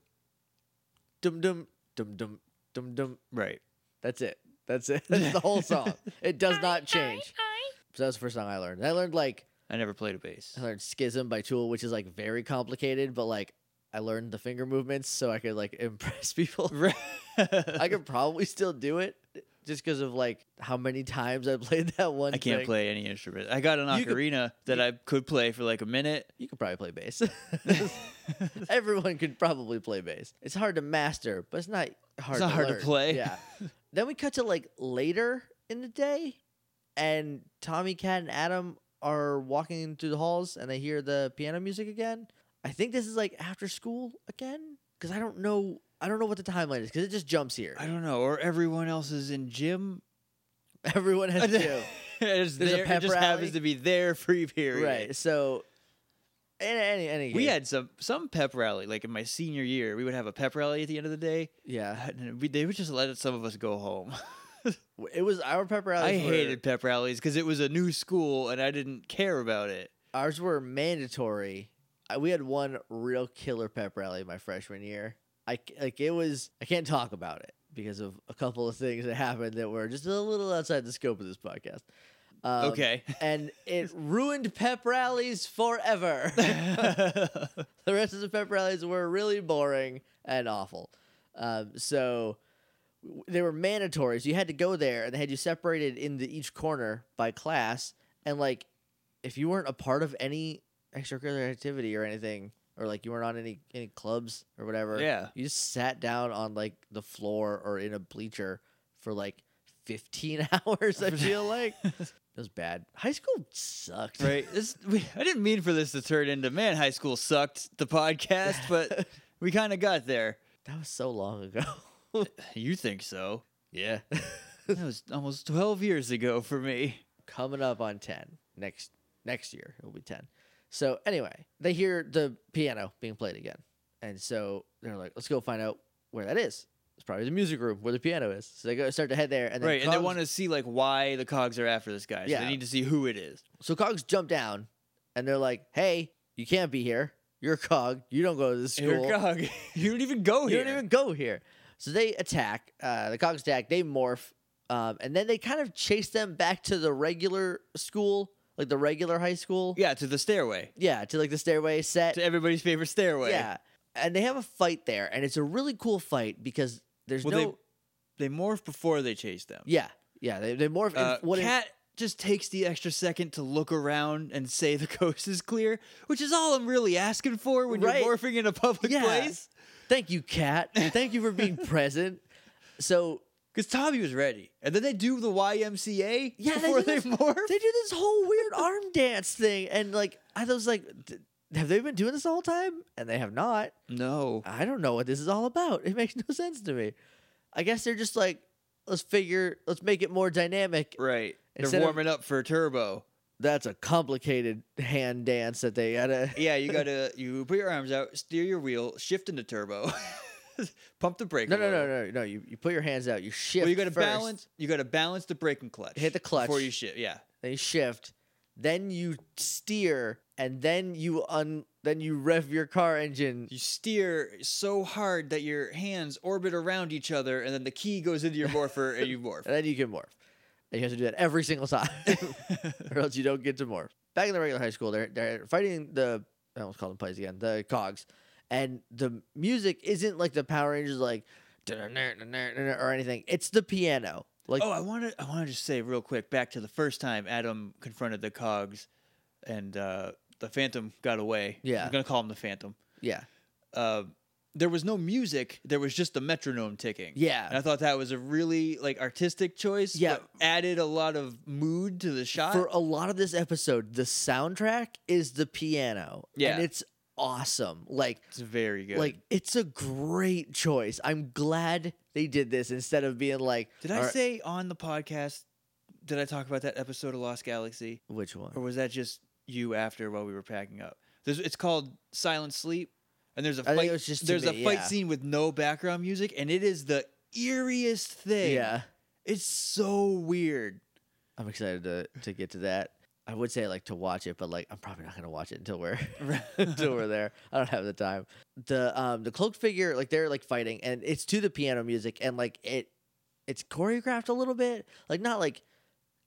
Speaker 1: dum dum, dum dum, dum dum.
Speaker 2: Right.
Speaker 1: That's it. That's it. That's the whole song. It does not change. So that's the first song I learned. And I learned like
Speaker 2: I never played a bass.
Speaker 1: I learned Schism by Tool, which is like very complicated, but like I learned the finger movements so I could like impress people.
Speaker 2: Right.
Speaker 1: I could probably still do it just because of like how many times I played that one.
Speaker 2: I can't
Speaker 1: thing.
Speaker 2: play any instrument. I got an
Speaker 1: You could-
Speaker 2: ocarina that I could play for like a minute.
Speaker 1: You could probably play bass. Everyone could probably play bass. It's hard to master, but it's not hard.
Speaker 2: not
Speaker 1: to
Speaker 2: hard to
Speaker 1: learn.
Speaker 2: play.
Speaker 1: Yeah. then we cut to like later in the day, and Tommy Cat and Adam are walking through the halls, and they hear the piano music again. I think this is like after school again, because I don't know. I don't know what the timeline is because it just jumps here.
Speaker 2: I don't know. Or everyone else is in gym.
Speaker 1: Everyone has to.
Speaker 2: It's
Speaker 1: There's a
Speaker 2: their- it
Speaker 1: pep
Speaker 2: just happens
Speaker 1: rally.
Speaker 2: to be their free period.
Speaker 1: Right. So, in any any
Speaker 2: We
Speaker 1: case-
Speaker 2: had some some pep rally. Like in my senior year, we would have a pep rally at the end of the day.
Speaker 1: yeah.
Speaker 2: And we, they would just let some of us go home.
Speaker 1: It was our pep rallies.
Speaker 2: I
Speaker 1: were-
Speaker 2: hated pep rallies because it was a new school and I didn't care about it.
Speaker 1: ours were mandatory. I, we had one real killer pep rally my freshman year. I c- like it was. I can't talk about it because of a couple of things that happened that were just a little outside the scope of this podcast. Um,
Speaker 2: okay.
Speaker 1: and it ruined pep rallies forever. the rest of the pep rallies were really boring and awful. Um, so w- they were mandatory. So you had to go there, and they had you separated into each corner by class. And like, if you weren't a part of any extracurricular activity or anything, or like you weren't on any any clubs or whatever,
Speaker 2: yeah.
Speaker 1: you just sat down on like the floor or in a bleacher for like 15 hours. I feel like it was bad. High school sucked.
Speaker 2: right? This, we, I didn't mean for this to turn into man. High school sucked. The podcast, but we kind of got there.
Speaker 1: That was so long ago.
Speaker 2: You think so?
Speaker 1: Yeah.
Speaker 2: that was almost 12 years ago for me.
Speaker 1: Coming up on 10 next next year. It'll be 10. So anyway, they hear the piano being played again. And so they're like, let's go find out where that is. It's probably the music room where the piano is. So they go start to head there and then
Speaker 2: right, and they
Speaker 1: Cogs-
Speaker 2: want to see like why the cogs are after this guy. So
Speaker 1: Yeah.
Speaker 2: they need to see who it is.
Speaker 1: So Cogs jump down and they're like, hey, you can't be here. You're a Cog. You don't go to this school.
Speaker 2: Your cog. you don't even go
Speaker 1: you
Speaker 2: here.
Speaker 1: don't even go here. So they attack. Uh, the cogs attack. They morph, um, and then they kind of chase them back to the regular school, like the regular high school.
Speaker 2: yeah, to the stairway.
Speaker 1: Yeah, to like the stairway set.
Speaker 2: To everybody's favorite stairway.
Speaker 1: Yeah, and they have a fight there, and it's a really cool fight because there's
Speaker 2: Well,
Speaker 1: no.
Speaker 2: they they morph before they chase them.
Speaker 1: yeah, yeah, they, they morph.
Speaker 2: Uh,
Speaker 1: and what if-
Speaker 2: Cat just takes the extra second to look around and say the coast is clear, which is all I'm really asking for when
Speaker 1: Right.
Speaker 2: you're morphing in a public
Speaker 1: Yeah.
Speaker 2: place.
Speaker 1: thank you, Cat. Thank you for being present. So
Speaker 2: Because Tommy was ready, and then they do the YMCA
Speaker 1: Yeah, they
Speaker 2: before
Speaker 1: do
Speaker 2: they,
Speaker 1: this-
Speaker 2: morph.
Speaker 1: they do this whole weird arm dance thing, and like I was like, "D- have they been doing this the whole time? And they have not.
Speaker 2: no,
Speaker 1: I don't know what this is all about. It makes no sense to me. I guess they're just like, let's figure, let's make it more dynamic.
Speaker 2: right?
Speaker 1: Instead
Speaker 2: They're
Speaker 1: of-
Speaker 2: warming up for turbo.
Speaker 1: That's a complicated hand dance that they gotta.
Speaker 2: Yeah, you gotta you put your arms out, steer your wheel, shift into turbo, pump the brake.
Speaker 1: No,
Speaker 2: a
Speaker 1: no,
Speaker 2: little.
Speaker 1: no, no, no. You, you put your hands out, you shift.
Speaker 2: Well, you gotta
Speaker 1: first,
Speaker 2: balance. You gotta balance the brake and clutch.
Speaker 1: Hit the clutch.
Speaker 2: before you shift. Yeah,
Speaker 1: Then you shift, then you steer, and then you un, then you rev your car engine.
Speaker 2: you steer so hard that your hands orbit around each other, and then the key goes into your morpher, and you morph.
Speaker 1: and then you can morph. And you have to do that every single time, or else you don't get to morph. Back in the regular high school, they're they're fighting the I almost called them plays again, the cogs, and the music isn't like the Power Rangers like or anything. It's the piano. Like
Speaker 2: oh, I want to. I want to just say real quick back to the first time Adam confronted the cogs, and uh, the Phantom got away.
Speaker 1: Yeah.
Speaker 2: I'm gonna call him the Phantom.
Speaker 1: yeah,
Speaker 2: Uh, there was no music. There was just the metronome ticking. And
Speaker 1: yeah.
Speaker 2: I thought that was a really like artistic choice.
Speaker 1: Yeah.
Speaker 2: but added a lot of mood to the shot.
Speaker 1: For a lot of this episode, the soundtrack is the piano.
Speaker 2: Yeah.
Speaker 1: and it's awesome. Like
Speaker 2: it's very good.
Speaker 1: like it's a great choice. I'm glad they did this instead of being like
Speaker 2: did I
Speaker 1: "All right,
Speaker 2: say on the podcast? Did I talk about that episode of Lost Galaxy,
Speaker 1: which one?
Speaker 2: or was that just you after while we were packing up? There's, it's called Silent Sleep, and there's a
Speaker 1: think
Speaker 2: fight.
Speaker 1: it was just to
Speaker 2: there's
Speaker 1: me,
Speaker 2: a fight
Speaker 1: yeah.
Speaker 2: scene with no background music, and it is the eeriest thing.
Speaker 1: Yeah.
Speaker 2: it's so weird.
Speaker 1: I'm excited to to get to that. I would say like to watch it, but like I'm probably not gonna watch it until we're until we're there. I don't have the time. The um the cloaked figure, like they're like fighting and it's to the piano music and like it it's choreographed a little bit. Like not like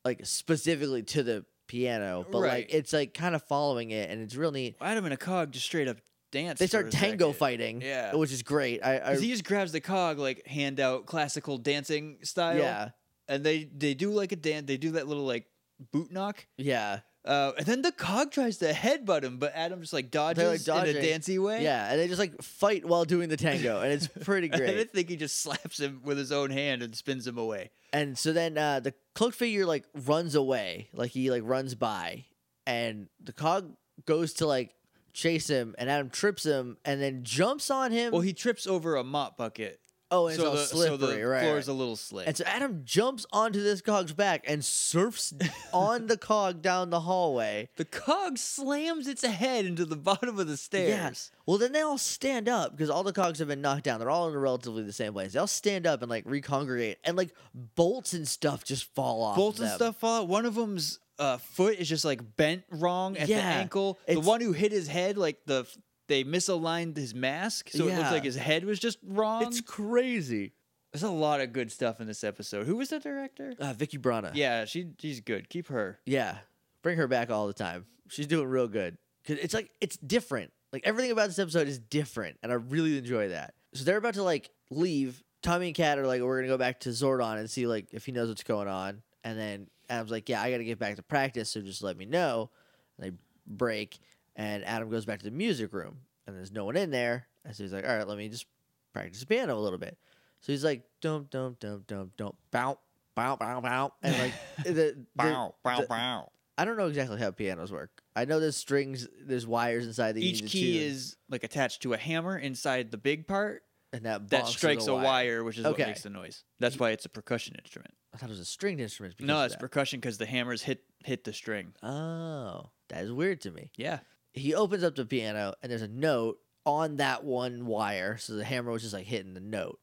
Speaker 1: like specifically to the piano, but
Speaker 2: Right.
Speaker 1: like it's like kind of following it and it's real neat.
Speaker 2: Adam and a cog just straight up dance.
Speaker 1: They
Speaker 2: for
Speaker 1: start
Speaker 2: a
Speaker 1: tango
Speaker 2: second.
Speaker 1: fighting,
Speaker 2: Yeah.
Speaker 1: which is great. I, I
Speaker 2: 'Cause he just grabs the cog like handout classical dancing style.
Speaker 1: yeah
Speaker 2: and they they do like a dance. They do that little like boot knock.
Speaker 1: yeah
Speaker 2: Uh, and then the cog tries to headbutt him, but Adam just like dodges in
Speaker 1: dodging.
Speaker 2: a dancey way.
Speaker 1: yeah, and they just like fight while doing the tango, and it's pretty
Speaker 2: And
Speaker 1: great.
Speaker 2: I think he just slaps him with his own hand and spins him away.
Speaker 1: And so then uh, the cloaked figure like runs away, like he like runs by, and the cog goes to like chase him, and Adam trips him, and then jumps on him.
Speaker 2: Well, he trips over a mop bucket,
Speaker 1: oh, and
Speaker 2: so, the,
Speaker 1: Um, it's all slippery,
Speaker 2: so the
Speaker 1: right?
Speaker 2: floor's
Speaker 1: right.
Speaker 2: a little slick.
Speaker 1: And so Adam jumps onto this cog's back and surfs on the cog down the hallway.
Speaker 2: the cog slams its head into the bottom of the stairs.
Speaker 1: Well, then they all stand up because all the cogs have been knocked down. They're all in relatively the same place. They all stand up and like recongregate, and like bolts and stuff just fall off.
Speaker 2: bolts and
Speaker 1: them.
Speaker 2: stuff fall out. One of them's uh, foot is just like bent wrong at
Speaker 1: Yeah,
Speaker 2: the ankle. The
Speaker 1: it's-
Speaker 2: one who hit his head, like the f- they misaligned his mask, so it
Speaker 1: Yeah.
Speaker 2: looks like his head was just wrong.
Speaker 1: It's crazy.
Speaker 2: There's a lot of good stuff in this episode. Who was the director?
Speaker 1: Uh, Vicky Brana.
Speaker 2: Yeah, she she's good. Keep her.
Speaker 1: Yeah, bring her back all the time. She's doing real good. 'Cause it's like it's different. Like everything about this episode is different, and I really enjoy that. So they're about to like leave. Tommy and Kat are like, we're gonna go back to Zordon and see like if he knows what's going on. And then Adam's like, yeah, I gotta get back to practice, so just let me know. And they break, and Adam goes back to the music room, and there's no one in there. And so he's like, all right, let me just practice the piano a little bit. So he's like, dum dum dum dum dum, bow bow bow bow, and like the, the the-
Speaker 2: bow.
Speaker 1: I don't know exactly how pianos work. I know there's strings, there's wires inside that you
Speaker 2: Each
Speaker 1: need to
Speaker 2: key
Speaker 1: tune.
Speaker 2: is like attached to a hammer inside the big part,
Speaker 1: and that
Speaker 2: that
Speaker 1: bonks to
Speaker 2: strikes
Speaker 1: the
Speaker 2: a wire, which is
Speaker 1: Okay.
Speaker 2: what makes the noise. That's why it's a percussion instrument.
Speaker 1: I thought it was a stringed instrument. because
Speaker 2: No,
Speaker 1: of
Speaker 2: it's
Speaker 1: that.
Speaker 2: percussion because the hammers hit hit the string.
Speaker 1: oh, that is weird to me.
Speaker 2: Yeah,
Speaker 1: He opens up the piano and there's a note on that one wire, so the hammer was just like hitting the note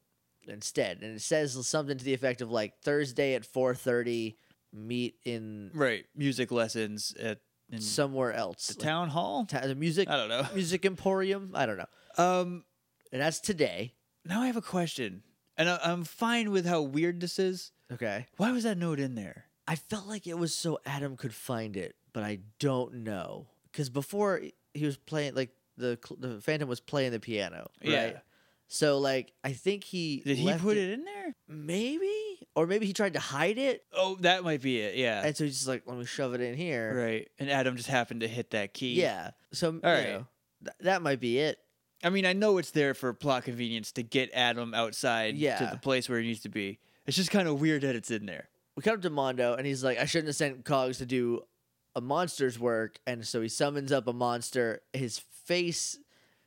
Speaker 1: instead, and it says something to the effect of like Thursday at four thirty, meet in
Speaker 2: right. Music lessons at in
Speaker 1: somewhere else,
Speaker 2: the
Speaker 1: Like,
Speaker 2: town Uh, hall.
Speaker 1: ta- the music
Speaker 2: I don't know.
Speaker 1: music emporium. I don't know,
Speaker 2: Um,
Speaker 1: and that's today.
Speaker 2: now I have a question, and I, I'm fine with how weird this is.
Speaker 1: Okay,
Speaker 2: Why was that note in there?
Speaker 1: I felt like it was so Adam could find it, but I don't know because before he was playing like the cl- the Phantom was playing the piano, right?
Speaker 2: Yeah.
Speaker 1: So like I think he
Speaker 2: Did he
Speaker 1: left
Speaker 2: put it in there?
Speaker 1: maybe or maybe he tried to hide it,
Speaker 2: Oh, that might be it. Yeah.
Speaker 1: and so he's just like let me shove it in here,
Speaker 2: Right. And Adam just happened to hit that key.
Speaker 1: yeah. So you
Speaker 2: right.
Speaker 1: know, th- that might be it.
Speaker 2: I mean, I know it's there for plot convenience to get Adam outside to
Speaker 1: Yeah.
Speaker 2: the place where he needs to be. It's just kind of weird that it's in there.
Speaker 1: We cut up to Mondo, and he's like I shouldn't have sent Cogs to do a monster's work, and so he summons up a monster. His face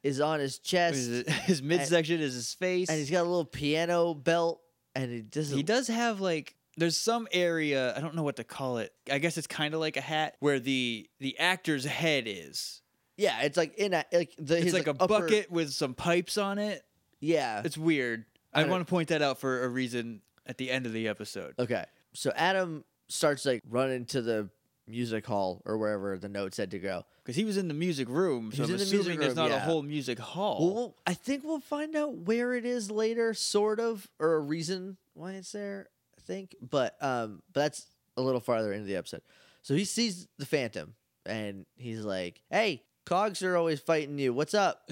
Speaker 1: is on his chest.
Speaker 2: His, his midsection is his face.
Speaker 1: and he's got a little piano belt, and he doesn't.
Speaker 2: he does have like there's some area I don't know what to call it. I guess it's kind of like a hat where the the actor's head is.
Speaker 1: Yeah, it's like in a like the
Speaker 2: It's
Speaker 1: his,
Speaker 2: like, a
Speaker 1: upper-
Speaker 2: bucket with some pipes on it.
Speaker 1: Yeah.
Speaker 2: It's weird.
Speaker 1: I
Speaker 2: I,
Speaker 1: don't-
Speaker 2: want to point that out for a reason at the end of the episode.
Speaker 1: Okay. So Adam starts like running to the music hall or wherever the note said to go.
Speaker 2: Because he was in the music room,
Speaker 1: He
Speaker 2: so
Speaker 1: was
Speaker 2: I'm
Speaker 1: in the music
Speaker 2: assuming there's
Speaker 1: room,
Speaker 2: not a
Speaker 1: yeah.
Speaker 2: whole music hall.
Speaker 1: Well, I think we'll find out where it is later, sort of, or a reason why it's there. I think, but um, but that's a little farther into the episode. So he sees the Phantom, and he's like, "Hey, Cogs are always fighting you. What's up?"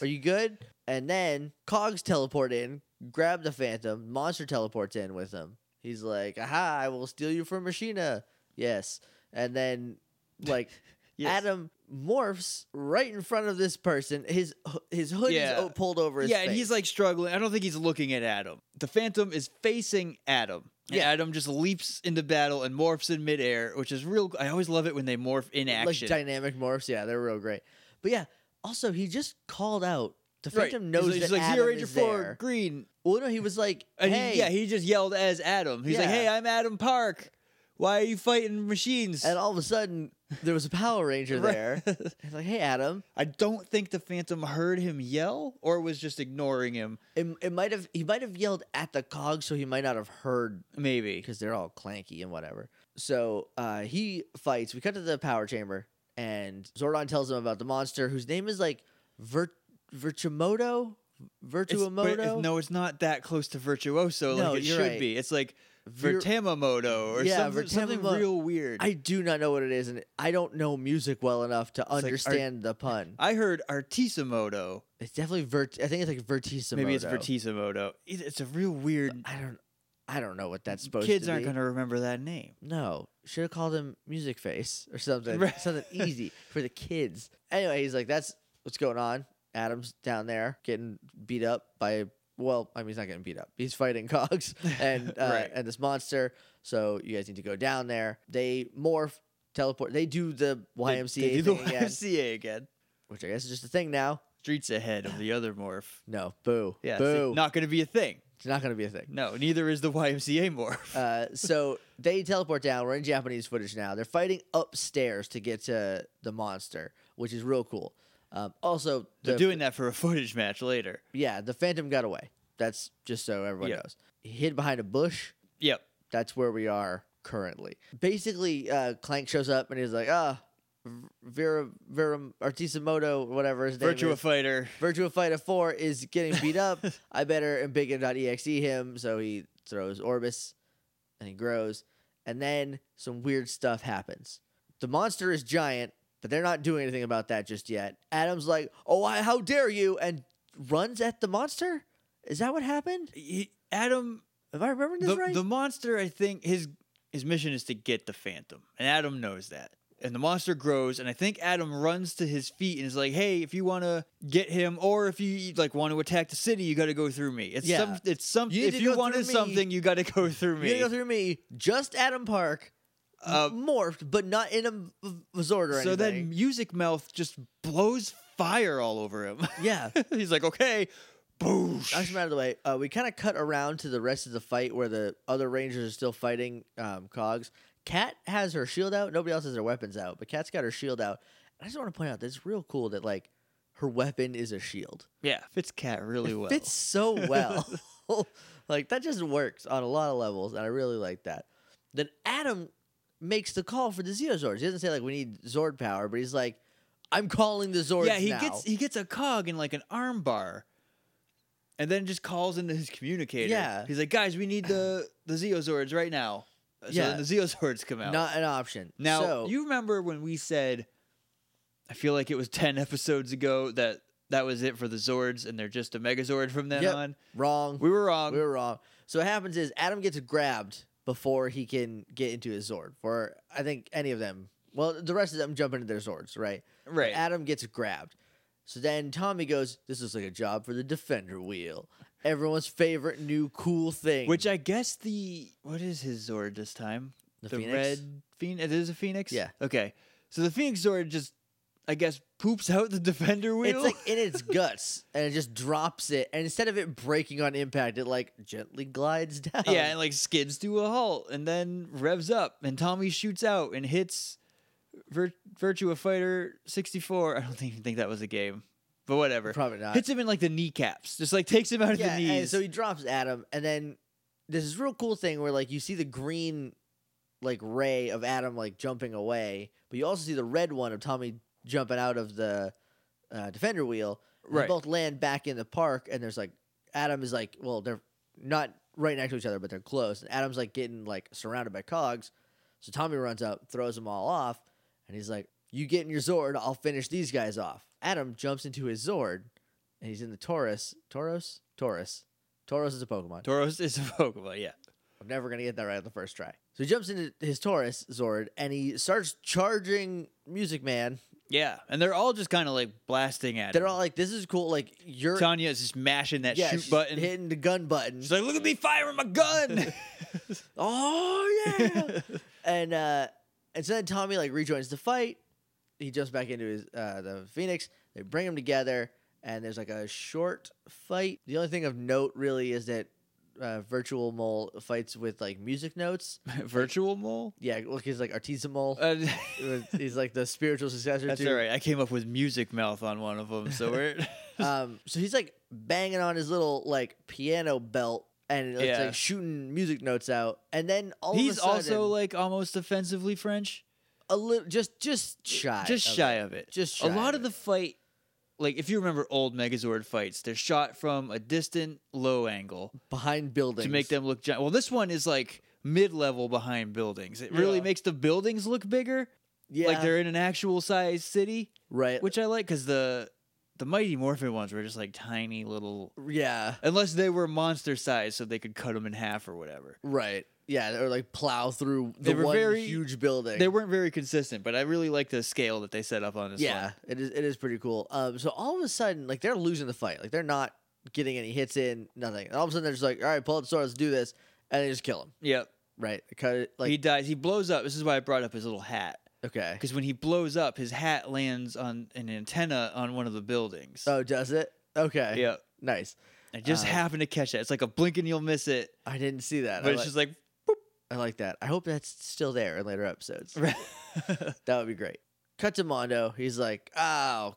Speaker 1: Are you good? And then Cogs teleport in, grab the Phantom. Monster teleports in with him. He's like, "Aha! I will steal you from Machina." Yes. And then, like,
Speaker 2: Yes.
Speaker 1: Adam morphs right in front of this person. His his hood
Speaker 2: Yeah.
Speaker 1: is o- pulled over. His
Speaker 2: yeah, and
Speaker 1: face.
Speaker 2: he's like struggling. I don't think he's looking at Adam. The Phantom is facing Adam. And
Speaker 1: Yeah.
Speaker 2: Adam just leaps into battle and morphs in midair, which is real. I always love it when they morph in action.
Speaker 1: like dynamic morphs. Yeah, they're real great. But yeah, also he just called out. The
Speaker 2: Right.
Speaker 1: Phantom knows
Speaker 2: he's,
Speaker 1: that
Speaker 2: he's like,
Speaker 1: Adam
Speaker 2: "Here, Ranger
Speaker 1: is
Speaker 2: Four,
Speaker 1: there.
Speaker 2: green.
Speaker 1: Well, no, he was like,
Speaker 2: And
Speaker 1: "Hey,
Speaker 2: he, yeah, he just yelled as Adam. He's like,
Speaker 1: Yeah.
Speaker 2: hey, I'm Adam Park. Why are you fighting machines?
Speaker 1: and all of a sudden there was a Power Ranger
Speaker 2: Right.
Speaker 1: there." He's like, "Hey, Adam."
Speaker 2: I don't think the Phantom heard him yell or was just ignoring him.
Speaker 1: It, it might have he might have yelled at the cog, so he might not have heard
Speaker 2: Maybe.
Speaker 1: because they're all clanky and whatever. So uh, he fights. We cut to the power chamber, and Zordon tells him about the monster whose name is like Vir- Virtuomoto.
Speaker 2: It's- but it-
Speaker 1: Virtuomoto.
Speaker 2: no, it's not that close to virtuoso
Speaker 1: No,
Speaker 2: like it
Speaker 1: you're
Speaker 2: should
Speaker 1: right.
Speaker 2: be. It's like
Speaker 1: Vir-
Speaker 2: Vertamamoto or
Speaker 1: Yeah,
Speaker 2: something, something
Speaker 1: Vertamamoto.
Speaker 2: real weird.
Speaker 1: I do not know what it is, and I don't know music well enough to
Speaker 2: art-
Speaker 1: understand the pun.
Speaker 2: I heard Artisimoto.
Speaker 1: It's definitely vert. I think it's like Vertissimoto.
Speaker 2: Maybe it's Vertissimoto. It- It's a real weird.
Speaker 1: I don't. I don't know what that's supposed
Speaker 2: Kids
Speaker 1: to
Speaker 2: aren't
Speaker 1: be.
Speaker 2: going to remember that name.
Speaker 1: No, should have called him Music Face or something.
Speaker 2: Right.
Speaker 1: Something easy for the kids. Anyway, he's like, that's what's going on. Adam's down there getting beat up by, well, I mean, he's not getting beat up. He's fighting Cogs and, uh,
Speaker 2: Right.
Speaker 1: and this monster. So you guys need to go down there. They morph, teleport. They do the
Speaker 2: They-
Speaker 1: YMCA
Speaker 2: they do
Speaker 1: thing
Speaker 2: the
Speaker 1: again,
Speaker 2: YMCA again.
Speaker 1: which I guess is just a thing now.
Speaker 2: Streets ahead of the other morph.
Speaker 1: No, boo.
Speaker 2: Yeah,
Speaker 1: boo.
Speaker 2: it's not going to be a thing.
Speaker 1: it's not going to be a thing.
Speaker 2: No, neither is the YMCA morph.
Speaker 1: Uh, so they teleport down. We're in Japanese footage now. They're fighting upstairs to get to the monster, which is real cool. Um, also,
Speaker 2: They're
Speaker 1: the,
Speaker 2: doing that for a footage match later.
Speaker 1: yeah, the Phantom got away. That's just so everyone
Speaker 2: Yeah.
Speaker 1: knows. He hid behind a bush.
Speaker 2: Yep.
Speaker 1: That's where we are currently. Basically, uh, Clank shows up and he's like, ah, V- Vera, Vera Artisimoto, whatever his name
Speaker 2: Virtua
Speaker 1: is.
Speaker 2: Fighter.
Speaker 1: Virtua Fighter 4 is getting beat up. I better embiggen.exe E him. So he throws Orbis and he grows. And then some weird stuff happens. The monster is giant, but they're not doing anything about that just yet. Adam's like, oh, I, how dare you? And runs at the monster? Is that what happened?
Speaker 2: He- Adam,
Speaker 1: Am I remembering this
Speaker 2: the,
Speaker 1: right?
Speaker 2: the monster, I think his his mission is to get the Phantom, and Adam knows that. And the monster grows, and I think Adam runs to his feet and is like, "Hey, if you want to get him, or if you like want to attack the city, you got to go through me. It's
Speaker 1: Yeah.
Speaker 2: some, it's some.
Speaker 1: You need
Speaker 2: if
Speaker 1: to
Speaker 2: you
Speaker 1: go
Speaker 2: wanted
Speaker 1: through me.
Speaker 2: something, you got to go through
Speaker 1: You
Speaker 2: me.
Speaker 1: gotta go through me, just Adam Park,
Speaker 2: Uh,
Speaker 1: morphed, but not in a m- resort or
Speaker 2: so
Speaker 1: anything.
Speaker 2: then Music Mouth just blows fire all over him.
Speaker 1: yeah,
Speaker 2: He's like, "Okay, Boosh.
Speaker 1: knocks him out of the way. Uh, we kind of cut around to the rest of the fight where the other Rangers are still fighting um, Cogs. Kat has her shield out. Nobody else has their weapons out, but Kat's got her shield out. And I just want to point out that it's real cool that like her weapon is a shield.
Speaker 2: Yeah, fits Cat really well.
Speaker 1: Fits so well. like that just works on a lot of levels, and I really like that. Then Adam makes the call for the Zeozords. He doesn't say like we need Zord power, but he's like, I'm calling the Zords.
Speaker 2: yeah, he
Speaker 1: now."
Speaker 2: gets he gets a cog in like an arm bar, and then just calls into his communicator.
Speaker 1: Yeah.
Speaker 2: he's like, guys, we need the the Zeozords right now. So
Speaker 1: Yeah.
Speaker 2: then the Zeozords come out.
Speaker 1: not an option.
Speaker 2: now
Speaker 1: So-
Speaker 2: you remember when we said, I feel like it was ten episodes ago that that was it for the Zords, and they're just a Megazord from then
Speaker 1: Yep.
Speaker 2: on.
Speaker 1: wrong.
Speaker 2: We were wrong.
Speaker 1: We were wrong. So what happens is Adam gets grabbed before he can get into his Zord. For I think any of them. Well, the rest of them jump into their Zords, right? But
Speaker 2: right.
Speaker 1: Adam gets grabbed. So then Tommy goes, "This is like a job for the Defender Wheel, everyone's favorite new cool thing."
Speaker 2: Which I guess the what is his Zord this time?
Speaker 1: The Phoenix?
Speaker 2: red phoenix. It is a phoenix.
Speaker 1: Yeah.
Speaker 2: Okay. So the phoenix Zord just, I guess, poops out the defender wheel.
Speaker 1: it's like in its guts, and it just drops it. And instead of it breaking on impact, it like gently glides down.
Speaker 2: yeah, and like skids to a halt, and then revs up, and Tommy shoots out and hits Vir- Virtua Fighter 64. I don't even think that was a game, but whatever.
Speaker 1: probably not.
Speaker 2: Hits him in like the kneecaps. Just like takes him out of
Speaker 1: yeah,
Speaker 2: the
Speaker 1: and
Speaker 2: knees.
Speaker 1: so he drops Adam, and then there's this real cool thing where like you see the green like ray of Adam like jumping away, but you also see the red one of Tommy jumping out of the uh, defender wheel. and They
Speaker 2: Right.
Speaker 1: both land back in the park, and there's like Adam is like, well, they're not right next to each other, but they're close, and Adam's like getting like surrounded by cogs. So Tommy runs up, throws them all off, and he's like, "You get in your Zord, I'll finish these guys off." Adam jumps into his Zord, and he's in the Taurus. Tauros, Taurus, Tauros is a Pokemon.
Speaker 2: Tauros is a Pokemon. Yeah.
Speaker 1: I'm never gonna get that right on the first try. So he jumps into his Taurus Zord, and he starts charging Music Man.
Speaker 2: Yeah, and they're all just kind of like blasting at
Speaker 1: They're
Speaker 2: him.
Speaker 1: all like, "This is cool. Like you're
Speaker 2: Tanya is just mashing that
Speaker 1: yeah,
Speaker 2: shoot
Speaker 1: she's
Speaker 2: button.
Speaker 1: hitting the gun button."
Speaker 2: She's like, look at me firing my gun.
Speaker 1: oh yeah. and uh, and so then Tommy like rejoins the fight. He jumps back into his uh, the Phoenix. They bring him together, and there's like a short fight. The only thing of note really is that uh, Virtual Mole fights with like music notes.
Speaker 2: Virtual mole?
Speaker 1: Yeah, look, he's like artisanal.
Speaker 2: Uh,
Speaker 1: he's like the spiritual successor
Speaker 2: that's
Speaker 1: to.
Speaker 2: all right. I came up with music mouth on one of them, so we're
Speaker 1: Um, so he's like banging on his little like piano belt and it's
Speaker 2: Yeah.
Speaker 1: like shooting music notes out, and then all
Speaker 2: he's
Speaker 1: of a sudden,
Speaker 2: also like almost offensively French,
Speaker 1: a little just just shy,
Speaker 2: just
Speaker 1: of
Speaker 2: shy
Speaker 1: it.
Speaker 2: of it.
Speaker 1: Just
Speaker 2: a
Speaker 1: shy
Speaker 2: lot
Speaker 1: of
Speaker 2: of the fight, like if you remember old Megazord fights, they're shot from a distant low angle
Speaker 1: behind buildings
Speaker 2: to make them look giant. Well, this one is like mid level behind buildings. It really
Speaker 1: Yeah.
Speaker 2: makes the buildings look bigger,
Speaker 1: yeah,
Speaker 2: like they're in an actual size city.
Speaker 1: right,
Speaker 2: which I like because the the Mighty Morphin ones were just like tiny little,
Speaker 1: yeah,
Speaker 2: unless they were monster sized, so they could cut them in half or whatever.
Speaker 1: right, yeah, or like plow through the
Speaker 2: They were
Speaker 1: one
Speaker 2: very-
Speaker 1: huge building.
Speaker 2: They weren't very consistent, but I really like the scale that they set up on this.
Speaker 1: yeah, it is it is pretty cool. Um, so all of a sudden, like they're losing the fight, like they're not getting any hits in, nothing. And all of a sudden, they're just like, all right, pull up the sword, let's do this, and they just kill him.
Speaker 2: One. Yep.
Speaker 1: Right, They cut it like
Speaker 2: he dies. He blows up. This is why I brought up his little hat
Speaker 1: okay.
Speaker 2: because when he blows up, his hat lands on an antenna on one of the buildings.
Speaker 1: Oh, does it? Okay.
Speaker 2: Yep.
Speaker 1: Nice.
Speaker 2: I just
Speaker 1: Uh,
Speaker 2: happened to catch that. It's like a blink and you'll miss it,
Speaker 1: I didn't see that.
Speaker 2: but
Speaker 1: I,
Speaker 2: it's
Speaker 1: li-
Speaker 2: just like.
Speaker 1: I like that. I hope that's still there in later episodes. that would be great. Cut to Mondo. He's like, oh,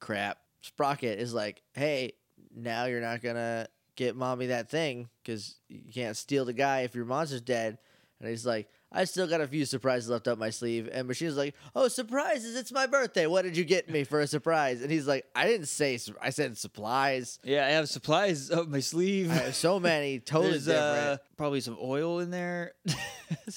Speaker 1: crap. Sprocket is like, hey, now you're not going to get mommy that thing because you can't steal the guy if your monster's dead. And he's like, I still got a few surprises left up my sleeve. And Machine's like, oh, surprises. It's my birthday. What did you get me for a surprise? And he's like, I didn't say, sur- I said supplies.
Speaker 2: yeah, I have supplies up my sleeve.
Speaker 1: I have so many, totally
Speaker 2: There's
Speaker 1: different.
Speaker 2: uh, probably some oil in there.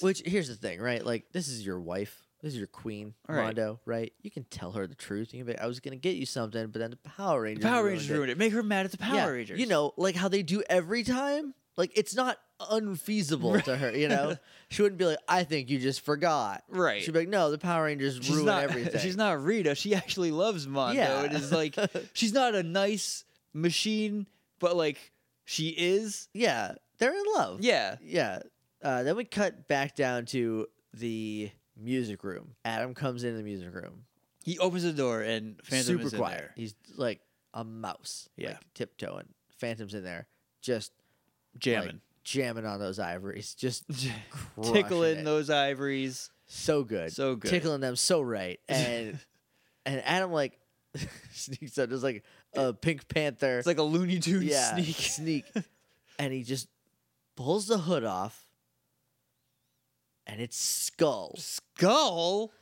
Speaker 1: Which here's the thing, right? Like this is your wife, this is your queen,
Speaker 2: All right.
Speaker 1: Mondo, right? You can tell her the truth. You can be, I was gonna get you something, but then the Power
Speaker 2: The
Speaker 1: Rangers,
Speaker 2: Power
Speaker 1: ruined
Speaker 2: Rangers
Speaker 1: it."
Speaker 2: ruined it. Make her mad at the Power
Speaker 1: Yeah,
Speaker 2: Rangers.
Speaker 1: You know, like how they do every time. Like it's not unfeasible to her. You know, she wouldn't be like, I think you just forgot.
Speaker 2: right?
Speaker 1: She'd be like, No, the Power Rangers
Speaker 2: she's
Speaker 1: ruin
Speaker 2: not.
Speaker 1: everything.
Speaker 2: She's not Rita. She actually loves Mondo.
Speaker 1: Yeah.
Speaker 2: It is like she's not a nice machine, but like she is.
Speaker 1: yeah, they're in love.
Speaker 2: Yeah.
Speaker 1: Yeah. Uh, then we cut back down to the music room. Adam comes into the music room.
Speaker 2: He opens the door and Phantom
Speaker 1: super
Speaker 2: is in
Speaker 1: quiet.
Speaker 2: there.
Speaker 1: He's like a mouse,
Speaker 2: Yeah.
Speaker 1: like tiptoeing. Phantom's in there, just like,
Speaker 2: jamming,
Speaker 1: jamming on those ivories, just crushing
Speaker 2: tickling
Speaker 1: it.
Speaker 2: those ivories.
Speaker 1: so good,
Speaker 2: So good.
Speaker 1: tickling them so right, and and Adam like sneaks up, just like a Pink Panther,
Speaker 2: It's like a Looney Tunes
Speaker 1: yeah,
Speaker 2: sneak.
Speaker 1: sneak, and he just pulls the hood off, and it's skull.
Speaker 2: Skull.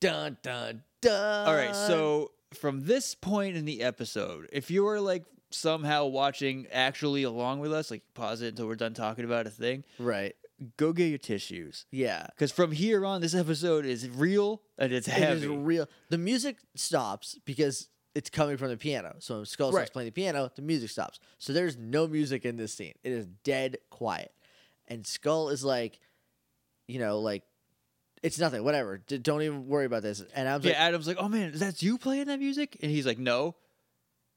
Speaker 1: Dun dun dun.
Speaker 2: All right, so
Speaker 1: Uh.
Speaker 2: from this point in the episode, if you were like somehow watching actually along with us, like pause it until we're done talking about a thing,
Speaker 1: right,
Speaker 2: go get your tissues.
Speaker 1: yeah.
Speaker 2: Because from here on, this episode is real and it's heavy.
Speaker 1: It is real. The music stops because it's coming from the piano. So when Skull starts
Speaker 2: Right.
Speaker 1: playing the piano, the music stops. So there's no music in this scene. It is dead quiet. And Skull is like, you know, like, it's nothing, whatever. D- don't even worry about this. And I'm
Speaker 2: yeah,
Speaker 1: like,
Speaker 2: Adam's like, oh man, that's you playing that music? And he's like, no.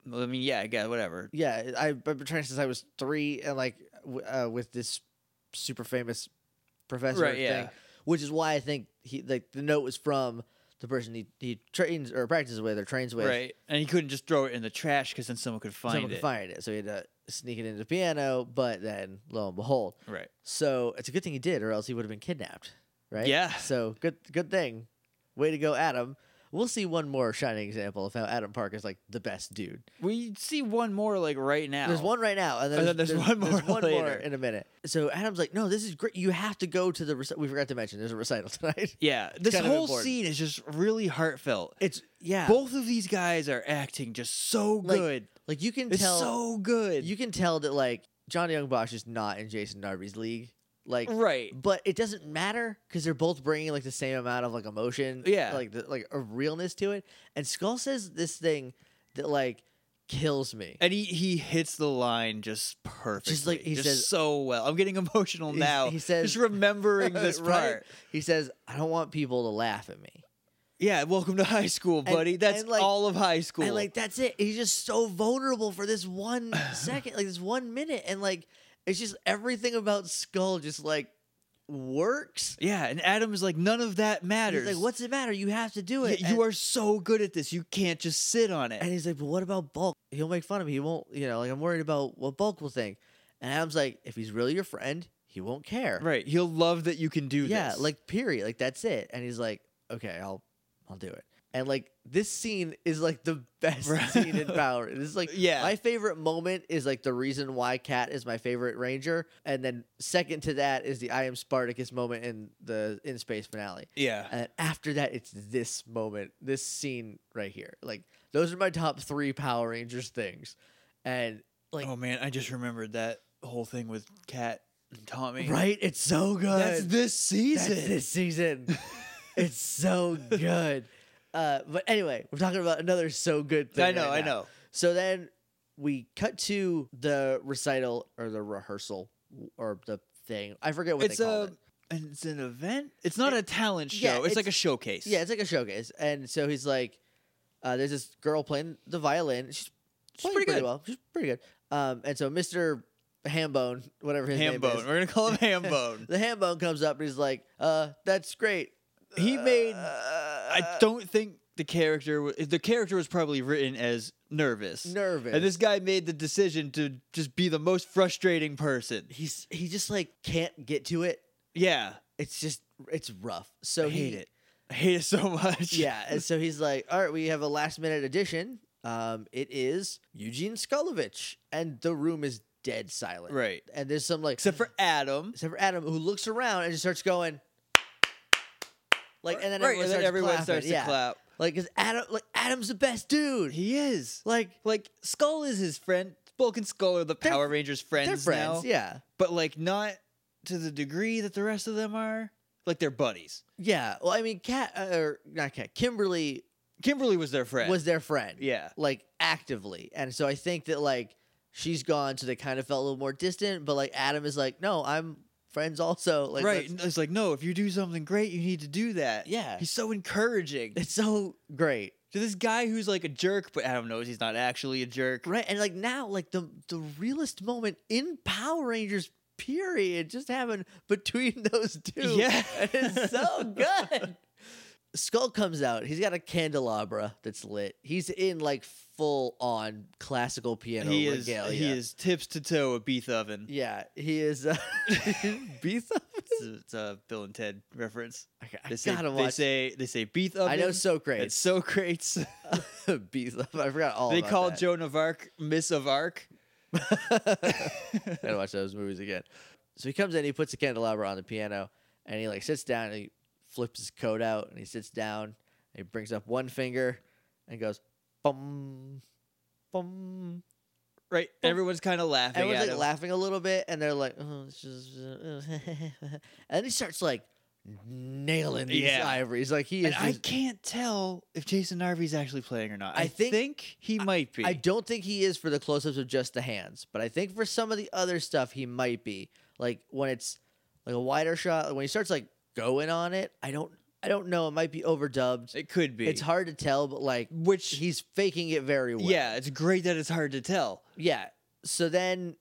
Speaker 2: Well, I mean, yeah, I guess, whatever.
Speaker 1: yeah, I, I've been trying since I was three and like w- uh, with this super famous professor
Speaker 2: Right,
Speaker 1: thing,
Speaker 2: yeah.
Speaker 1: which is why I think he, like, the note was from the person he, he trains or practices with or trains with.
Speaker 2: Right. And he couldn't just throw it in the trash because then someone could find
Speaker 1: someone could
Speaker 2: it.
Speaker 1: find it. So he had to sneak it into the piano, but then lo and behold.
Speaker 2: right.
Speaker 1: So it's a good thing he did, or else he would have been kidnapped, right?
Speaker 2: Yeah.
Speaker 1: So good, good thing. Way to go, Adam. We'll see one more shining example of how Adam Park is like the best dude.
Speaker 2: We see one more like right now.
Speaker 1: There's one right now, and
Speaker 2: And
Speaker 1: there's,
Speaker 2: then there's one more
Speaker 1: there's one more
Speaker 2: later.
Speaker 1: in a minute. So Adam's like, "No, this is great. You have to go to the reci- we forgot to mention. There's a recital tonight.
Speaker 2: Yeah. This
Speaker 1: kind of
Speaker 2: whole
Speaker 1: important.
Speaker 2: scene is just really heartfelt.
Speaker 1: It's yeah,
Speaker 2: Both of these guys are acting just so
Speaker 1: Like,
Speaker 2: good.
Speaker 1: like you can
Speaker 2: It's
Speaker 1: tell
Speaker 2: so good.
Speaker 1: you can tell that like Johnny Young Bosch is not in Jason Darby's league. Like
Speaker 2: right.
Speaker 1: but it doesn't matter because they're both bringing like the same amount of like emotion,
Speaker 2: Yeah.
Speaker 1: like the, like a realness to it. And Skull says this thing that like kills me.
Speaker 2: And he, he hits the line just perfectly.
Speaker 1: he says-
Speaker 2: so well. I'm getting emotional
Speaker 1: He-
Speaker 2: now.
Speaker 1: he says-
Speaker 2: just remembering this
Speaker 1: Right?
Speaker 2: part.
Speaker 1: He says, "I don't want people to laugh at me,"
Speaker 2: Yeah, welcome to high school, buddy. That's
Speaker 1: and, like-
Speaker 2: all of high school.
Speaker 1: and like that's it. He's just so vulnerable for this one second, like this one minute, and like it's just everything about Skull just like works.
Speaker 2: yeah, and Adam is like, none of that matters.
Speaker 1: He's like, "What's the matter? You have to do it."
Speaker 2: Yeah,
Speaker 1: And-
Speaker 2: you are so good at this. You can't just sit on it.
Speaker 1: And he's like, but what about Bulk? He'll make fun of me. He won't, you know, like I'm worried about what Bulk will think. And Adam's like, if he's really your friend, he won't care.
Speaker 2: right. He'll love that you can do
Speaker 1: Yeah,
Speaker 2: this.
Speaker 1: like period. Like that's it. And he's like, okay, I'll I'll do it. And like this scene is like the best
Speaker 2: Right.
Speaker 1: scene in Power. This is like
Speaker 2: Uh, Yeah.
Speaker 1: my favorite moment is like the reason why Cat is my favorite Ranger. And then second to that is the I am Spartacus moment in the in space finale.
Speaker 2: Yeah.
Speaker 1: And after that, it's this moment, this scene right here. Like those are my top three Power Rangers things. And like,
Speaker 2: oh man, I just remembered that whole thing with Kat and Tommy.
Speaker 1: right, it's so good.
Speaker 2: That's this
Speaker 1: That's
Speaker 2: season.
Speaker 1: this season. it's so good. Uh, but anyway, we're talking about another so good thing.
Speaker 2: I know,
Speaker 1: right
Speaker 2: I
Speaker 1: now.
Speaker 2: know.
Speaker 1: So then we cut to the recital or the rehearsal or the thing. I forget what
Speaker 2: it's
Speaker 1: they called
Speaker 2: a
Speaker 1: it.
Speaker 2: and it's an event. It's not a talent show.
Speaker 1: yeah,
Speaker 2: it's, like
Speaker 1: it's-
Speaker 2: a showcase.
Speaker 1: Yeah, it's like a showcase. And so he's like, uh, there's this girl playing the violin. She's, she's
Speaker 2: Playing
Speaker 1: pretty,
Speaker 2: pretty
Speaker 1: good. well. She's pretty good. Um, and so Mr. Hambone, whatever his name
Speaker 2: Hambone.
Speaker 1: is,
Speaker 2: We're gonna call him Hambone.
Speaker 1: the Hambone comes up and he's like, uh, that's great. Uh,
Speaker 2: He made- I
Speaker 1: I
Speaker 2: don't think the character wa- the character was probably written as nervous.
Speaker 1: nervous.
Speaker 2: And this guy made the decision to just be the most frustrating person.
Speaker 1: he's he just like can't get to it.
Speaker 2: Yeah.
Speaker 1: It's just it's rough. So
Speaker 2: I hate
Speaker 1: he-
Speaker 2: it. I hate it so much.
Speaker 1: Yeah, and so he's like, "All right, we have a last minute addition. Um, it is Eugene Sculovich, and the room is dead silent.
Speaker 2: Right.
Speaker 1: And there's some like
Speaker 2: Except for Adam.
Speaker 1: except for Adam, who looks around and just starts going, like, and then
Speaker 2: Right,
Speaker 1: everyone starts,
Speaker 2: everyone
Speaker 1: clapping.
Speaker 2: starts
Speaker 1: yeah.
Speaker 2: to clap.
Speaker 1: Like, 'cause Adam, like Adam's the best dude.
Speaker 2: He is.
Speaker 1: like,
Speaker 2: Like Skull is his friend. Bulk and Skull are the
Speaker 1: They're-
Speaker 2: Power Rangers friends,
Speaker 1: they're friends.
Speaker 2: now.
Speaker 1: Yeah,
Speaker 2: But like not to the degree that the rest of them are. Like they're buddies.
Speaker 1: yeah. Well, I mean, Cat or not Cat, Kimberly
Speaker 2: Kimberly was their friend.
Speaker 1: was their friend.
Speaker 2: yeah.
Speaker 1: like actively, and so I think that like she's gone, so they kind of felt a little more distant. But like Adam is like, no, I'm friends also. Like,
Speaker 2: right.
Speaker 1: let's-
Speaker 2: And It's like, no, if you do something great, you need to do that.
Speaker 1: Yeah.
Speaker 2: He's so encouraging.
Speaker 1: It's so great.
Speaker 2: to this guy who's like a jerk, but Adam knows he's not actually a jerk.
Speaker 1: Right. And like now, like the the realest moment in Power Rangers period just happened between those two.
Speaker 2: Yeah.
Speaker 1: And it's so good. Skull comes out. He's got a candelabra that's lit. He's in like full on classical piano
Speaker 2: he is
Speaker 1: regalia.
Speaker 2: he is tips to toe a beef oven.
Speaker 1: Yeah, he is. Uh, Beef oven.
Speaker 2: It's a, it's a Bill and Ted reference.
Speaker 1: I, I
Speaker 2: They say,
Speaker 1: gotta
Speaker 2: they
Speaker 1: watch.
Speaker 2: say they say beef oven.
Speaker 1: I know so
Speaker 2: It's
Speaker 1: great.
Speaker 2: so great.
Speaker 1: Beef oven. I forgot all.
Speaker 2: they
Speaker 1: about
Speaker 2: call
Speaker 1: that.
Speaker 2: Joan of Arc Miss of Arc.
Speaker 1: I gotta watch those movies again. So he comes in, he puts a candelabra on the piano, and he like sits down and he flips his coat out and he sits down and he brings up one finger and goes bum bum.
Speaker 2: Right. Everyone's kind of laughing
Speaker 1: Everyone's
Speaker 2: at
Speaker 1: like
Speaker 2: him.
Speaker 1: laughing a little bit and they're like, oh, it's just, uh, and then he starts like nailing these
Speaker 2: Yeah.
Speaker 1: ivories. Like he is.
Speaker 2: and I
Speaker 1: just-
Speaker 2: can't tell if Jason Narvey's actually playing or not.
Speaker 1: I
Speaker 2: I,
Speaker 1: think-
Speaker 2: think, he might be.
Speaker 1: I don't think he is for the close-ups of just the hands, but I think for some of the other stuff he might be. Like when it's like a wider shot, when he starts like going on it, I don't, I don't know. It might be overdubbed.
Speaker 2: it could be.
Speaker 1: It's hard to tell, but like
Speaker 2: Which
Speaker 1: he's faking it very well.
Speaker 2: yeah, it's great that it's hard to tell.
Speaker 1: yeah. So then,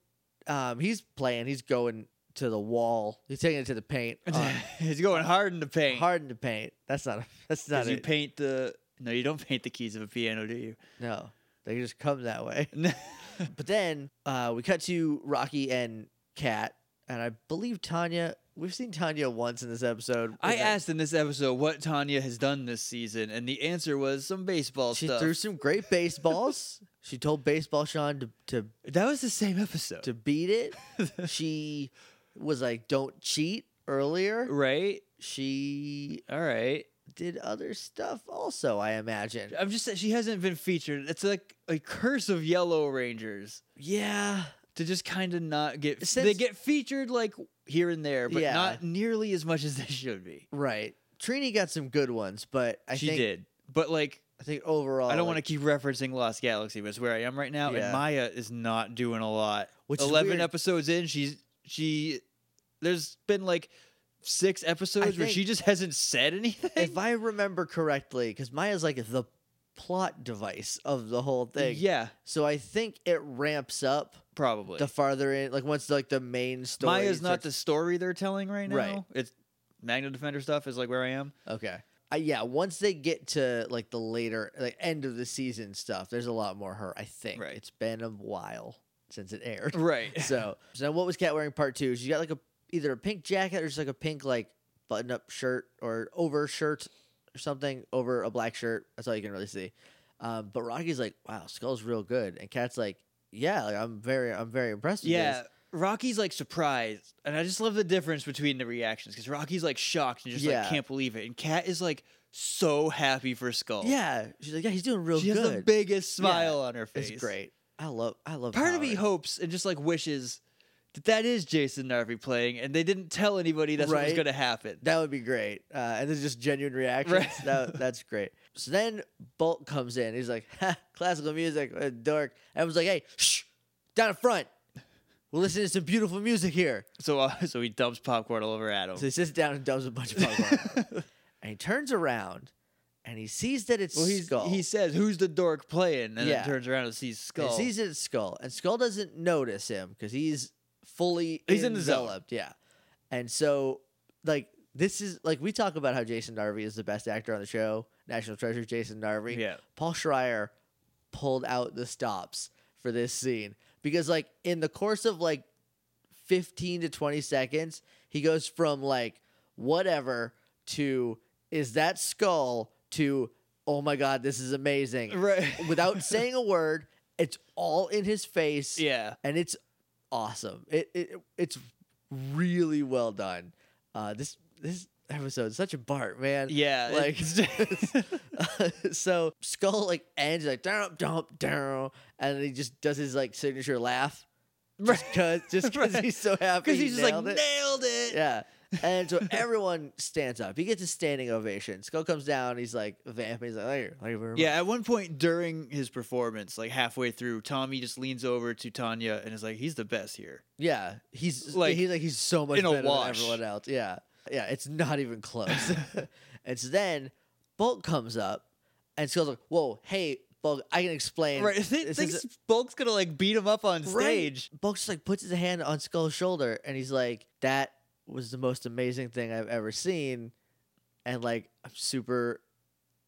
Speaker 1: um, he's playing. He's going to the wall. He's taking it to the paint. on-
Speaker 2: He's Uh, going hard in the paint.
Speaker 1: hard in the paint. That's not. That's not
Speaker 2: Because you
Speaker 1: it.
Speaker 2: paint the no, you don't paint the keys of a piano, do you?
Speaker 1: no, they just come that way.
Speaker 2: No.
Speaker 1: But then uh, we cut to Rocky and Kat, and I believe Tanya. We've seen Tanya once in this episode.
Speaker 2: I
Speaker 1: And
Speaker 2: asked in this episode what Tanya has done this season, and the answer was some baseball
Speaker 1: She
Speaker 2: stuff.
Speaker 1: threw some great baseballs. she told baseball Sean to to
Speaker 2: that was the same episode,
Speaker 1: to beat it. she was like, "Don't cheat." Earlier,
Speaker 2: right?
Speaker 1: she
Speaker 2: All right.
Speaker 1: did other stuff also. I imagine.
Speaker 2: I'm just saying she hasn't been featured. It's like a curse of Yellow Rangers
Speaker 1: Yeah,
Speaker 2: to just kind of not get. they
Speaker 1: Since-
Speaker 2: get featured like here and there, but
Speaker 1: Yeah.
Speaker 2: not nearly as much as they should be.
Speaker 1: right. Trini got some good ones, but I
Speaker 2: she
Speaker 1: think
Speaker 2: did, but like
Speaker 1: I think overall,
Speaker 2: I don't
Speaker 1: like,
Speaker 2: want to keep referencing Lost Galaxy, but it's where I am right now.
Speaker 1: Yeah.
Speaker 2: And Maya is not doing a lot.
Speaker 1: Which is
Speaker 2: Eleven
Speaker 1: weird.
Speaker 2: episodes in, she's she. There's been like six episodes where
Speaker 1: think-
Speaker 2: she just hasn't said anything.
Speaker 1: if I remember correctly, because Maya's like the plot device of the whole thing.
Speaker 2: Yeah,
Speaker 1: So I think it ramps up
Speaker 2: probably.
Speaker 1: the farther in, like once like the main story.
Speaker 2: Maya's not
Speaker 1: starts-
Speaker 2: the story they're telling right now.
Speaker 1: Right.
Speaker 2: It's Magna Defender stuff is like where I am.
Speaker 1: okay. Uh, yeah, once they get to like the later, like end of the season stuff, there's a lot more her. I think
Speaker 2: Right.
Speaker 1: it's been a while since it aired.
Speaker 2: Right.
Speaker 1: so, so what was Cat wearing? Part two. She got like a either a pink jacket or just like a pink like button up shirt or over shirt or something over a black shirt. That's all you can really see. Um, but Rocky's like, wow, Skull's real good, and Cat's like, yeah, like, I'm very, I'm very impressed. With
Speaker 2: yeah.
Speaker 1: this.
Speaker 2: Rocky's like surprised, and I just love the difference between the reactions because Rocky's like shocked and just
Speaker 1: Yeah.
Speaker 2: like can't believe it, and Kat is like so happy for Skull.
Speaker 1: yeah. She's like, yeah, he's doing real
Speaker 2: she
Speaker 1: good.
Speaker 2: has the biggest smile on her face.
Speaker 1: it's great. I love, I love.
Speaker 2: Part of me
Speaker 1: Howard.
Speaker 2: hopes and just like wishes that that is Jason Narvey playing, and they didn't tell anybody that's what was
Speaker 1: Right.
Speaker 2: going to happen.
Speaker 1: That would be great. Uh, and there's just genuine reactions.
Speaker 2: Right.
Speaker 1: That, that's great. So then Bolt comes in. He's like, ha, classical music, what a dork. And was like, hey, shh, down in front. We'll listen to some beautiful music here.
Speaker 2: so uh, so he dumps popcorn all over Adam.
Speaker 1: So he sits down and dumps a bunch of popcorn. and he turns around and he sees that it's
Speaker 2: well, he's,
Speaker 1: Skull.
Speaker 2: he says, "Who's the dork playing?" And
Speaker 1: Yeah.
Speaker 2: then turns around and
Speaker 1: And
Speaker 2: sees Skull.
Speaker 1: he sees that it's Skull. And Skull doesn't notice him because he's fully
Speaker 2: He's in the zone.
Speaker 1: enveloped. yeah. And so, like, this is like we talk about how Jason Darby is the best actor on the show, National Treasure Jason Darby.
Speaker 2: yeah,
Speaker 1: Paul Schreier pulled out the stops for this scene because like in the course of like 15 to 20 seconds, he goes from like whatever to is that skull to oh my god, this is amazing.
Speaker 2: right.
Speaker 1: Without saying a word, it's all in his face
Speaker 2: yeah,
Speaker 1: and it's awesome. It, it it's really well done. Uh this this episode is such a Bart, man
Speaker 2: yeah.
Speaker 1: Like-
Speaker 2: it's-
Speaker 1: so Skull like ends like dump dump down, and he just does his like signature laugh, just cause just cause
Speaker 2: Right.
Speaker 1: he's so happy
Speaker 2: because
Speaker 1: he
Speaker 2: he's just like
Speaker 1: nailed it.
Speaker 2: nailed it.
Speaker 1: yeah. And so everyone stands up. He gets a standing ovation. Skull comes down. He's like vamping. He's like, thank you, thank you very much."
Speaker 2: Yeah, at one point during his performance, like halfway through, Tommy just leans over to Tanya and is like, "He's the best here."
Speaker 1: yeah. He's like
Speaker 2: Like,
Speaker 1: he's like he's so much
Speaker 2: in a
Speaker 1: better than
Speaker 2: wash.
Speaker 1: everyone else. Yeah, yeah. It's not even close. and so then Bulk comes up, and Skull's like, "Whoa, hey, Bulk, I can explain."
Speaker 2: Right? Th-
Speaker 1: This
Speaker 2: thinks
Speaker 1: is-
Speaker 2: Bulk's gonna like beat him up on
Speaker 1: Right.
Speaker 2: stage.
Speaker 1: Bulk just like puts his hand on Skull's shoulder and he's like, That was the most amazing thing I've ever seen. And like, I'm super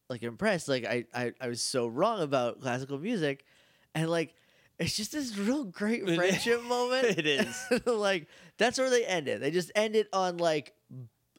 Speaker 1: like impressed. Like I, I, I was so wrong about classical music, and like it's just this real great
Speaker 2: It is.
Speaker 1: friendship moment.
Speaker 2: It is.
Speaker 1: like that's where they end it. They just end it on like,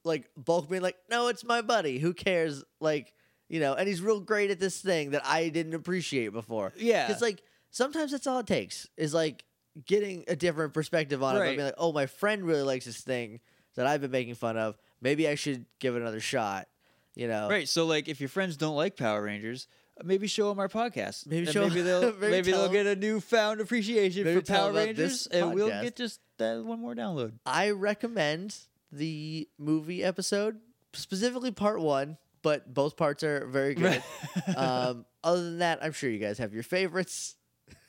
Speaker 1: like Bulk being like, no, it's my buddy. Who cares? Like you know, and he's real great at this thing that I didn't appreciate before.
Speaker 2: Yeah.
Speaker 1: Because like sometimes that's all it takes is like getting a different perspective on it. But
Speaker 2: Right.
Speaker 1: being like, oh, my friend really likes this thing that I've been making fun of. Maybe I should give it another shot. You know,
Speaker 2: Right. So like, if your friends don't like Power Rangers, uh, maybe show them our podcast.
Speaker 1: Maybe
Speaker 2: And
Speaker 1: show-
Speaker 2: Maybe they'll
Speaker 1: maybe
Speaker 2: maybe, they'll
Speaker 1: tell 'em-
Speaker 2: get a newfound appreciation
Speaker 1: Maybe
Speaker 2: for
Speaker 1: tell
Speaker 2: Power
Speaker 1: 'em about
Speaker 2: Rangers,
Speaker 1: this
Speaker 2: and we'll
Speaker 1: podcast.
Speaker 2: get just that one more download.
Speaker 1: I recommend the movie episode, specifically part one, but both parts are very good. um, other than that, I'm sure you guys have your favorites.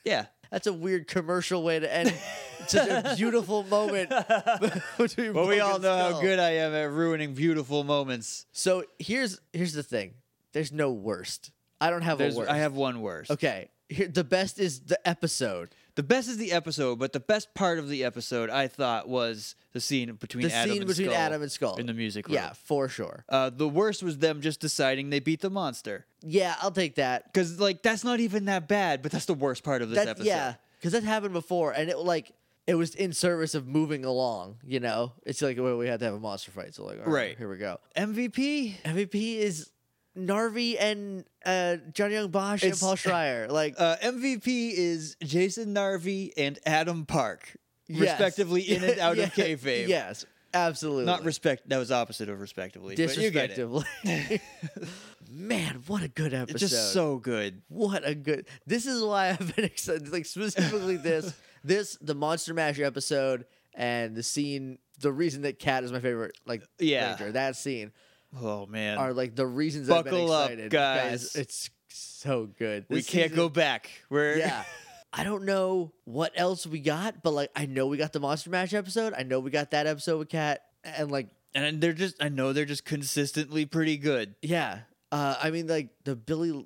Speaker 2: yeah.
Speaker 1: That's a weird commercial way to end such a beautiful moment. between
Speaker 2: But we
Speaker 1: Book
Speaker 2: all
Speaker 1: and
Speaker 2: know
Speaker 1: Skull.
Speaker 2: how good I am at ruining beautiful moments.
Speaker 1: So here's here's the thing. There's no worst. I don't have
Speaker 2: There's,
Speaker 1: a worst.
Speaker 2: I have one worse.
Speaker 1: okay. Here, the best is the episode.
Speaker 2: The best is the episode, but the best part of the episode I thought was the scene between
Speaker 1: the
Speaker 2: Adam
Speaker 1: scene
Speaker 2: and
Speaker 1: between
Speaker 2: Skull
Speaker 1: Adam and Skull
Speaker 2: in the music room.
Speaker 1: Yeah, for sure.
Speaker 2: Uh, the worst was them just deciding they beat the monster.
Speaker 1: Yeah, I'll take that.
Speaker 2: Because, like, that's not even that bad, but that's the worst part of this
Speaker 1: That
Speaker 2: episode.
Speaker 1: yeah, because that happened before, and it like it was in service of moving along. You know, it's like well, we had to have a monster fight, so like all right,
Speaker 2: Right.
Speaker 1: here we go.
Speaker 2: MVP?
Speaker 1: MVP is Narvi and uh, Johnny Young Bosch and
Speaker 2: It's-
Speaker 1: Paul Schreier. Like
Speaker 2: Uh, MVP is Jason Narvi and Adam Park,
Speaker 1: yes.
Speaker 2: respectively, in and out of
Speaker 1: Yeah,
Speaker 2: kayfabe.
Speaker 1: Yes, absolutely.
Speaker 2: Not respect. That was opposite of respectively. but you get it.
Speaker 1: disrespectively. Man, what a good episode!
Speaker 2: It's just so good.
Speaker 1: what a good. This is why I've been excited. Like specifically this, this the Monster Mash episode and the scene. The reason that Cat is my favorite, like
Speaker 2: Yeah.
Speaker 1: Ranger, that scene
Speaker 2: Oh man,
Speaker 1: are like the reasons I've
Speaker 2: Buckle
Speaker 1: been
Speaker 2: up,
Speaker 1: excited.
Speaker 2: guys.
Speaker 1: it's so good.
Speaker 2: we
Speaker 1: This
Speaker 2: can't
Speaker 1: season-
Speaker 2: go back. We're
Speaker 1: yeah. I don't know what else we got, but like I know we got the Monster Mash episode. I know we got that episode with Cat, and like
Speaker 2: and they're just. I know they're just consistently pretty good.
Speaker 1: Yeah. Uh, I mean, like the Billy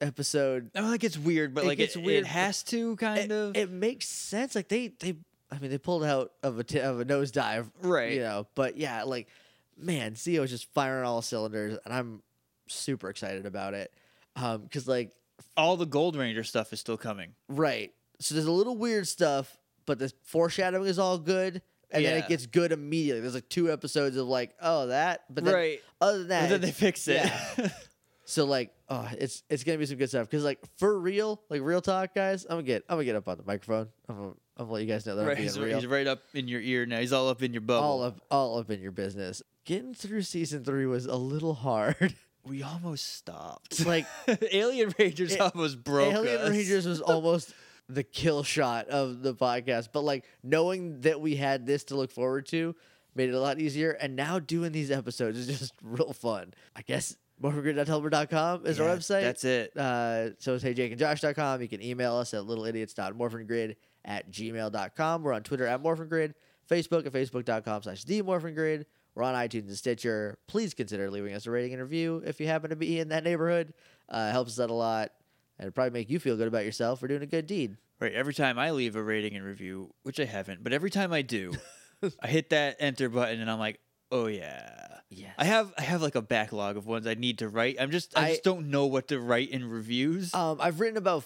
Speaker 1: episode,
Speaker 2: I don't think it's weird, but
Speaker 1: It
Speaker 2: like
Speaker 1: gets
Speaker 2: it,
Speaker 1: weird,
Speaker 2: it has to
Speaker 1: it,
Speaker 2: kind of
Speaker 1: it makes sense. Like they, they, I mean, they pulled out of a t- of a nosedive,
Speaker 2: right.
Speaker 1: you know. But yeah, like man, Zio is just firing all cylinders, and I'm super excited about it. Um, cause like
Speaker 2: All the Gold Ranger stuff is still coming.
Speaker 1: right, so there's a little weird stuff, but the foreshadowing is all good. And then it
Speaker 2: Yeah.
Speaker 1: gets good immediately. There's like two episodes of like, oh that, but then other than that,
Speaker 2: But then
Speaker 1: it's-
Speaker 2: they fix it.
Speaker 1: So like, oh, it's it's gonna be some good stuff. Cause like for real, like real talk, guys, I'm gonna get I'm gonna get up on the microphone. I'm gonna, I'm gonna let you guys know that
Speaker 2: right.
Speaker 1: I'm
Speaker 2: He's,
Speaker 1: being real.
Speaker 2: he's right up in your ear now. He's all up in your bubble.
Speaker 1: all up all up in your business. Getting through season three was a little hard.
Speaker 2: we almost stopped.
Speaker 1: like
Speaker 2: Alien Rangers
Speaker 1: A-
Speaker 2: almost broke
Speaker 1: Alien
Speaker 2: us.
Speaker 1: Rangers was almost the kill shot of the podcast, but like knowing that we had this to look forward to made it a lot easier. And now doing these episodes is just real fun. I guess morphingrid.tumblr.com is
Speaker 2: Yeah,
Speaker 1: our website.
Speaker 2: That's it.
Speaker 1: Uh, so it's heyjakeandjosh.com. You can email us at littleidiots.morphingrid at gmail.com. We're on Twitter at morphingrid, Facebook at facebook.com slash themorphingrid. We're on iTunes and Stitcher. Please consider leaving us a rating and review if you happen to be in that neighborhood. Uh, it helps us out a lot and it'll probably make you feel good about yourself for doing a good deed.
Speaker 2: Right. Every time I leave a rating and review, which I haven't, but every time I do, I hit that enter button and I'm like, oh yeah.
Speaker 1: Yes.
Speaker 2: I have I have like a backlog of ones I need to write. I'm just I,
Speaker 1: I-
Speaker 2: just don't know what to write in reviews.
Speaker 1: Um, I've written about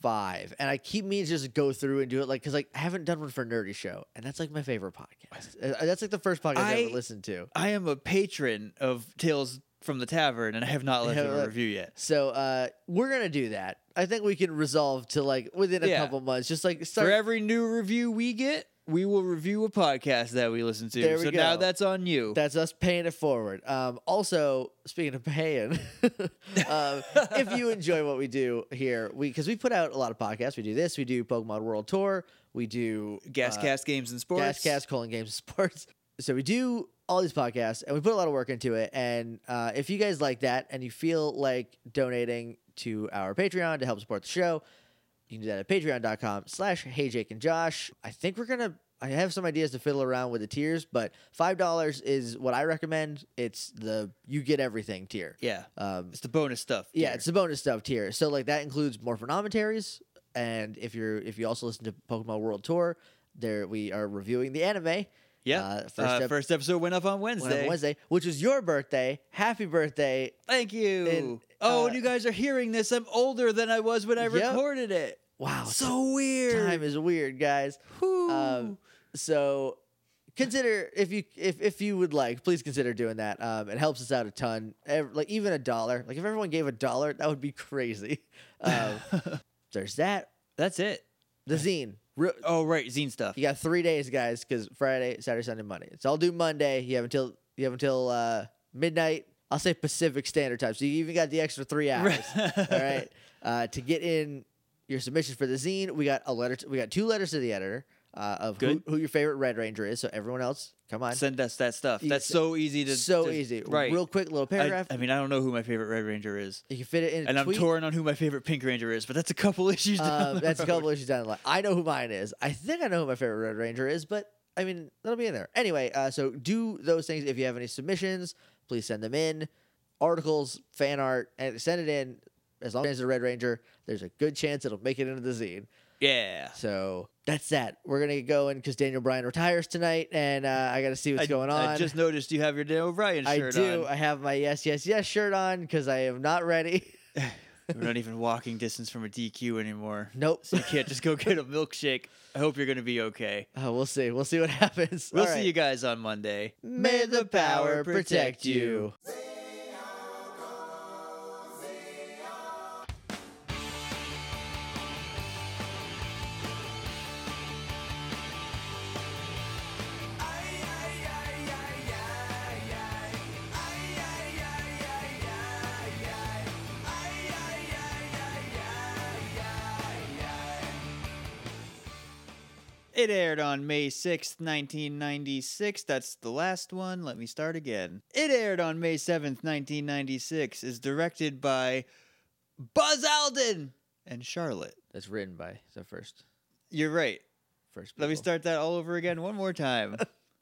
Speaker 1: five, and I keep meaning to just go through and do it, like because like I haven't done one for Nerdy Show, and that's like my favorite podcast. Uh, That's like the first podcast I,
Speaker 2: I-
Speaker 1: ever listened to.
Speaker 2: I am a patron of Tales from the Tavern and I have not left
Speaker 1: Yeah,
Speaker 2: a
Speaker 1: but-
Speaker 2: review yet.
Speaker 1: So uh, we're gonna do that. I think we can resolve to like within a
Speaker 2: Yeah.
Speaker 1: couple months, just like
Speaker 2: For
Speaker 1: start.
Speaker 2: every new review we get, we will review a podcast that we listen to.
Speaker 1: There we
Speaker 2: so now
Speaker 1: go.
Speaker 2: that's on you.
Speaker 1: That's us paying it forward. Um, also, speaking of paying, um, if you enjoy what we do here, we because we put out a lot of podcasts. We do this. We do Pokemon World Tour. We do uh,
Speaker 2: Gascast games and sports.
Speaker 1: Gascast, colon games and sports. So we do all these podcasts and we put a lot of work into it. And uh, if you guys like that and you feel like donating to our Patreon to help support the show, you can do that at patreon.com slash hey Jake and Josh. I think we're gonna I have some ideas to fiddle around with the tiers, but five dollars is what I recommend. It's the you get everything tier.
Speaker 2: Yeah.
Speaker 1: Um,
Speaker 2: It's the bonus stuff.
Speaker 1: yeah,
Speaker 2: dear.
Speaker 1: it's the bonus stuff tier. So like that includes more phenomenaries, and if you're if you also listen to Pokemon World Tour, there we are reviewing the anime.
Speaker 2: Yeah.
Speaker 1: Uh,
Speaker 2: Uh,
Speaker 1: first
Speaker 2: first,
Speaker 1: ep-
Speaker 2: episode went up on
Speaker 1: Went up
Speaker 2: Wednesday.
Speaker 1: Wednesday, which was your birthday. Happy birthday.
Speaker 2: Thank you.
Speaker 1: And,
Speaker 2: oh, and
Speaker 1: uh,
Speaker 2: you guys are hearing this. I'm older than I was when I
Speaker 1: Yep.
Speaker 2: recorded it.
Speaker 1: Wow.
Speaker 2: So weird.
Speaker 1: time is weird, guys.
Speaker 2: Whew.
Speaker 1: Um, so consider if you if if you would like, please consider doing that. Um, it helps us out a ton. Ev- like even a dollar. Like if everyone gave a dollar, that would be crazy. Um, there's that.
Speaker 2: That's it.
Speaker 1: The zine. Real,
Speaker 2: Oh, right. Zine stuff.
Speaker 1: you got three days, guys, because Friday, Saturday, Sunday, Monday. It's all due Monday. You have until you have until uh, midnight. I'll say Pacific Standard Time. So you even got the extra three hours. all right uh, to get in your submissions for the zine we got a letter to, we got two letters to the editor uh, of who,
Speaker 2: Good.
Speaker 1: who your favorite red ranger is so everyone else come on
Speaker 2: Send us that stuff.
Speaker 1: You
Speaker 2: That's
Speaker 1: s-
Speaker 2: so easy to.
Speaker 1: so
Speaker 2: to-
Speaker 1: easy
Speaker 2: Right.
Speaker 1: real quick little
Speaker 2: I,
Speaker 1: paragraph
Speaker 2: I mean, I don't know who my favorite Red Ranger is,
Speaker 1: you can fit it in a
Speaker 2: and I'm
Speaker 1: tweet.
Speaker 2: torn on who my favorite Pink Ranger is, but that's a couple issues. down
Speaker 1: Uh,
Speaker 2: the
Speaker 1: that's a
Speaker 2: road.
Speaker 1: couple issues down the line. I know who mine is. I think I know who my favorite Red Ranger is, but I mean that'll be in there anyway. Uh, so do those things if you have any submissions, please send them in. Articles, fan art, and send it in. As long as it's a Red Ranger, there's a good chance it'll make it into the zine.
Speaker 2: Yeah.
Speaker 1: So that's that. We're gonna go in because Daniel Bryan retires tonight, and uh, I gotta see what's
Speaker 2: I,
Speaker 1: going on.
Speaker 2: I just noticed you have your Daniel Bryan
Speaker 1: I
Speaker 2: shirt
Speaker 1: do.
Speaker 2: on.
Speaker 1: I have my yes, yes, yes shirt on because I am not ready.
Speaker 2: We're not even walking distance from a DQ anymore.
Speaker 1: Nope.
Speaker 2: So you can't just go get a milkshake. I hope you're going to be okay.
Speaker 1: Uh, we'll see. We'll see what happens.
Speaker 2: We'll
Speaker 1: All
Speaker 2: see
Speaker 1: right.
Speaker 2: you guys on Monday.
Speaker 1: May the power protect you.
Speaker 2: It aired on May 6th, 1996. That's the last one. Let me start again. It aired on May 7th, 1996. Is directed by Buzz Alden and Charlotte.
Speaker 1: That's written by the first.
Speaker 2: You're right.
Speaker 1: First.
Speaker 2: Let me
Speaker 1: people.
Speaker 2: start that all over again one more time.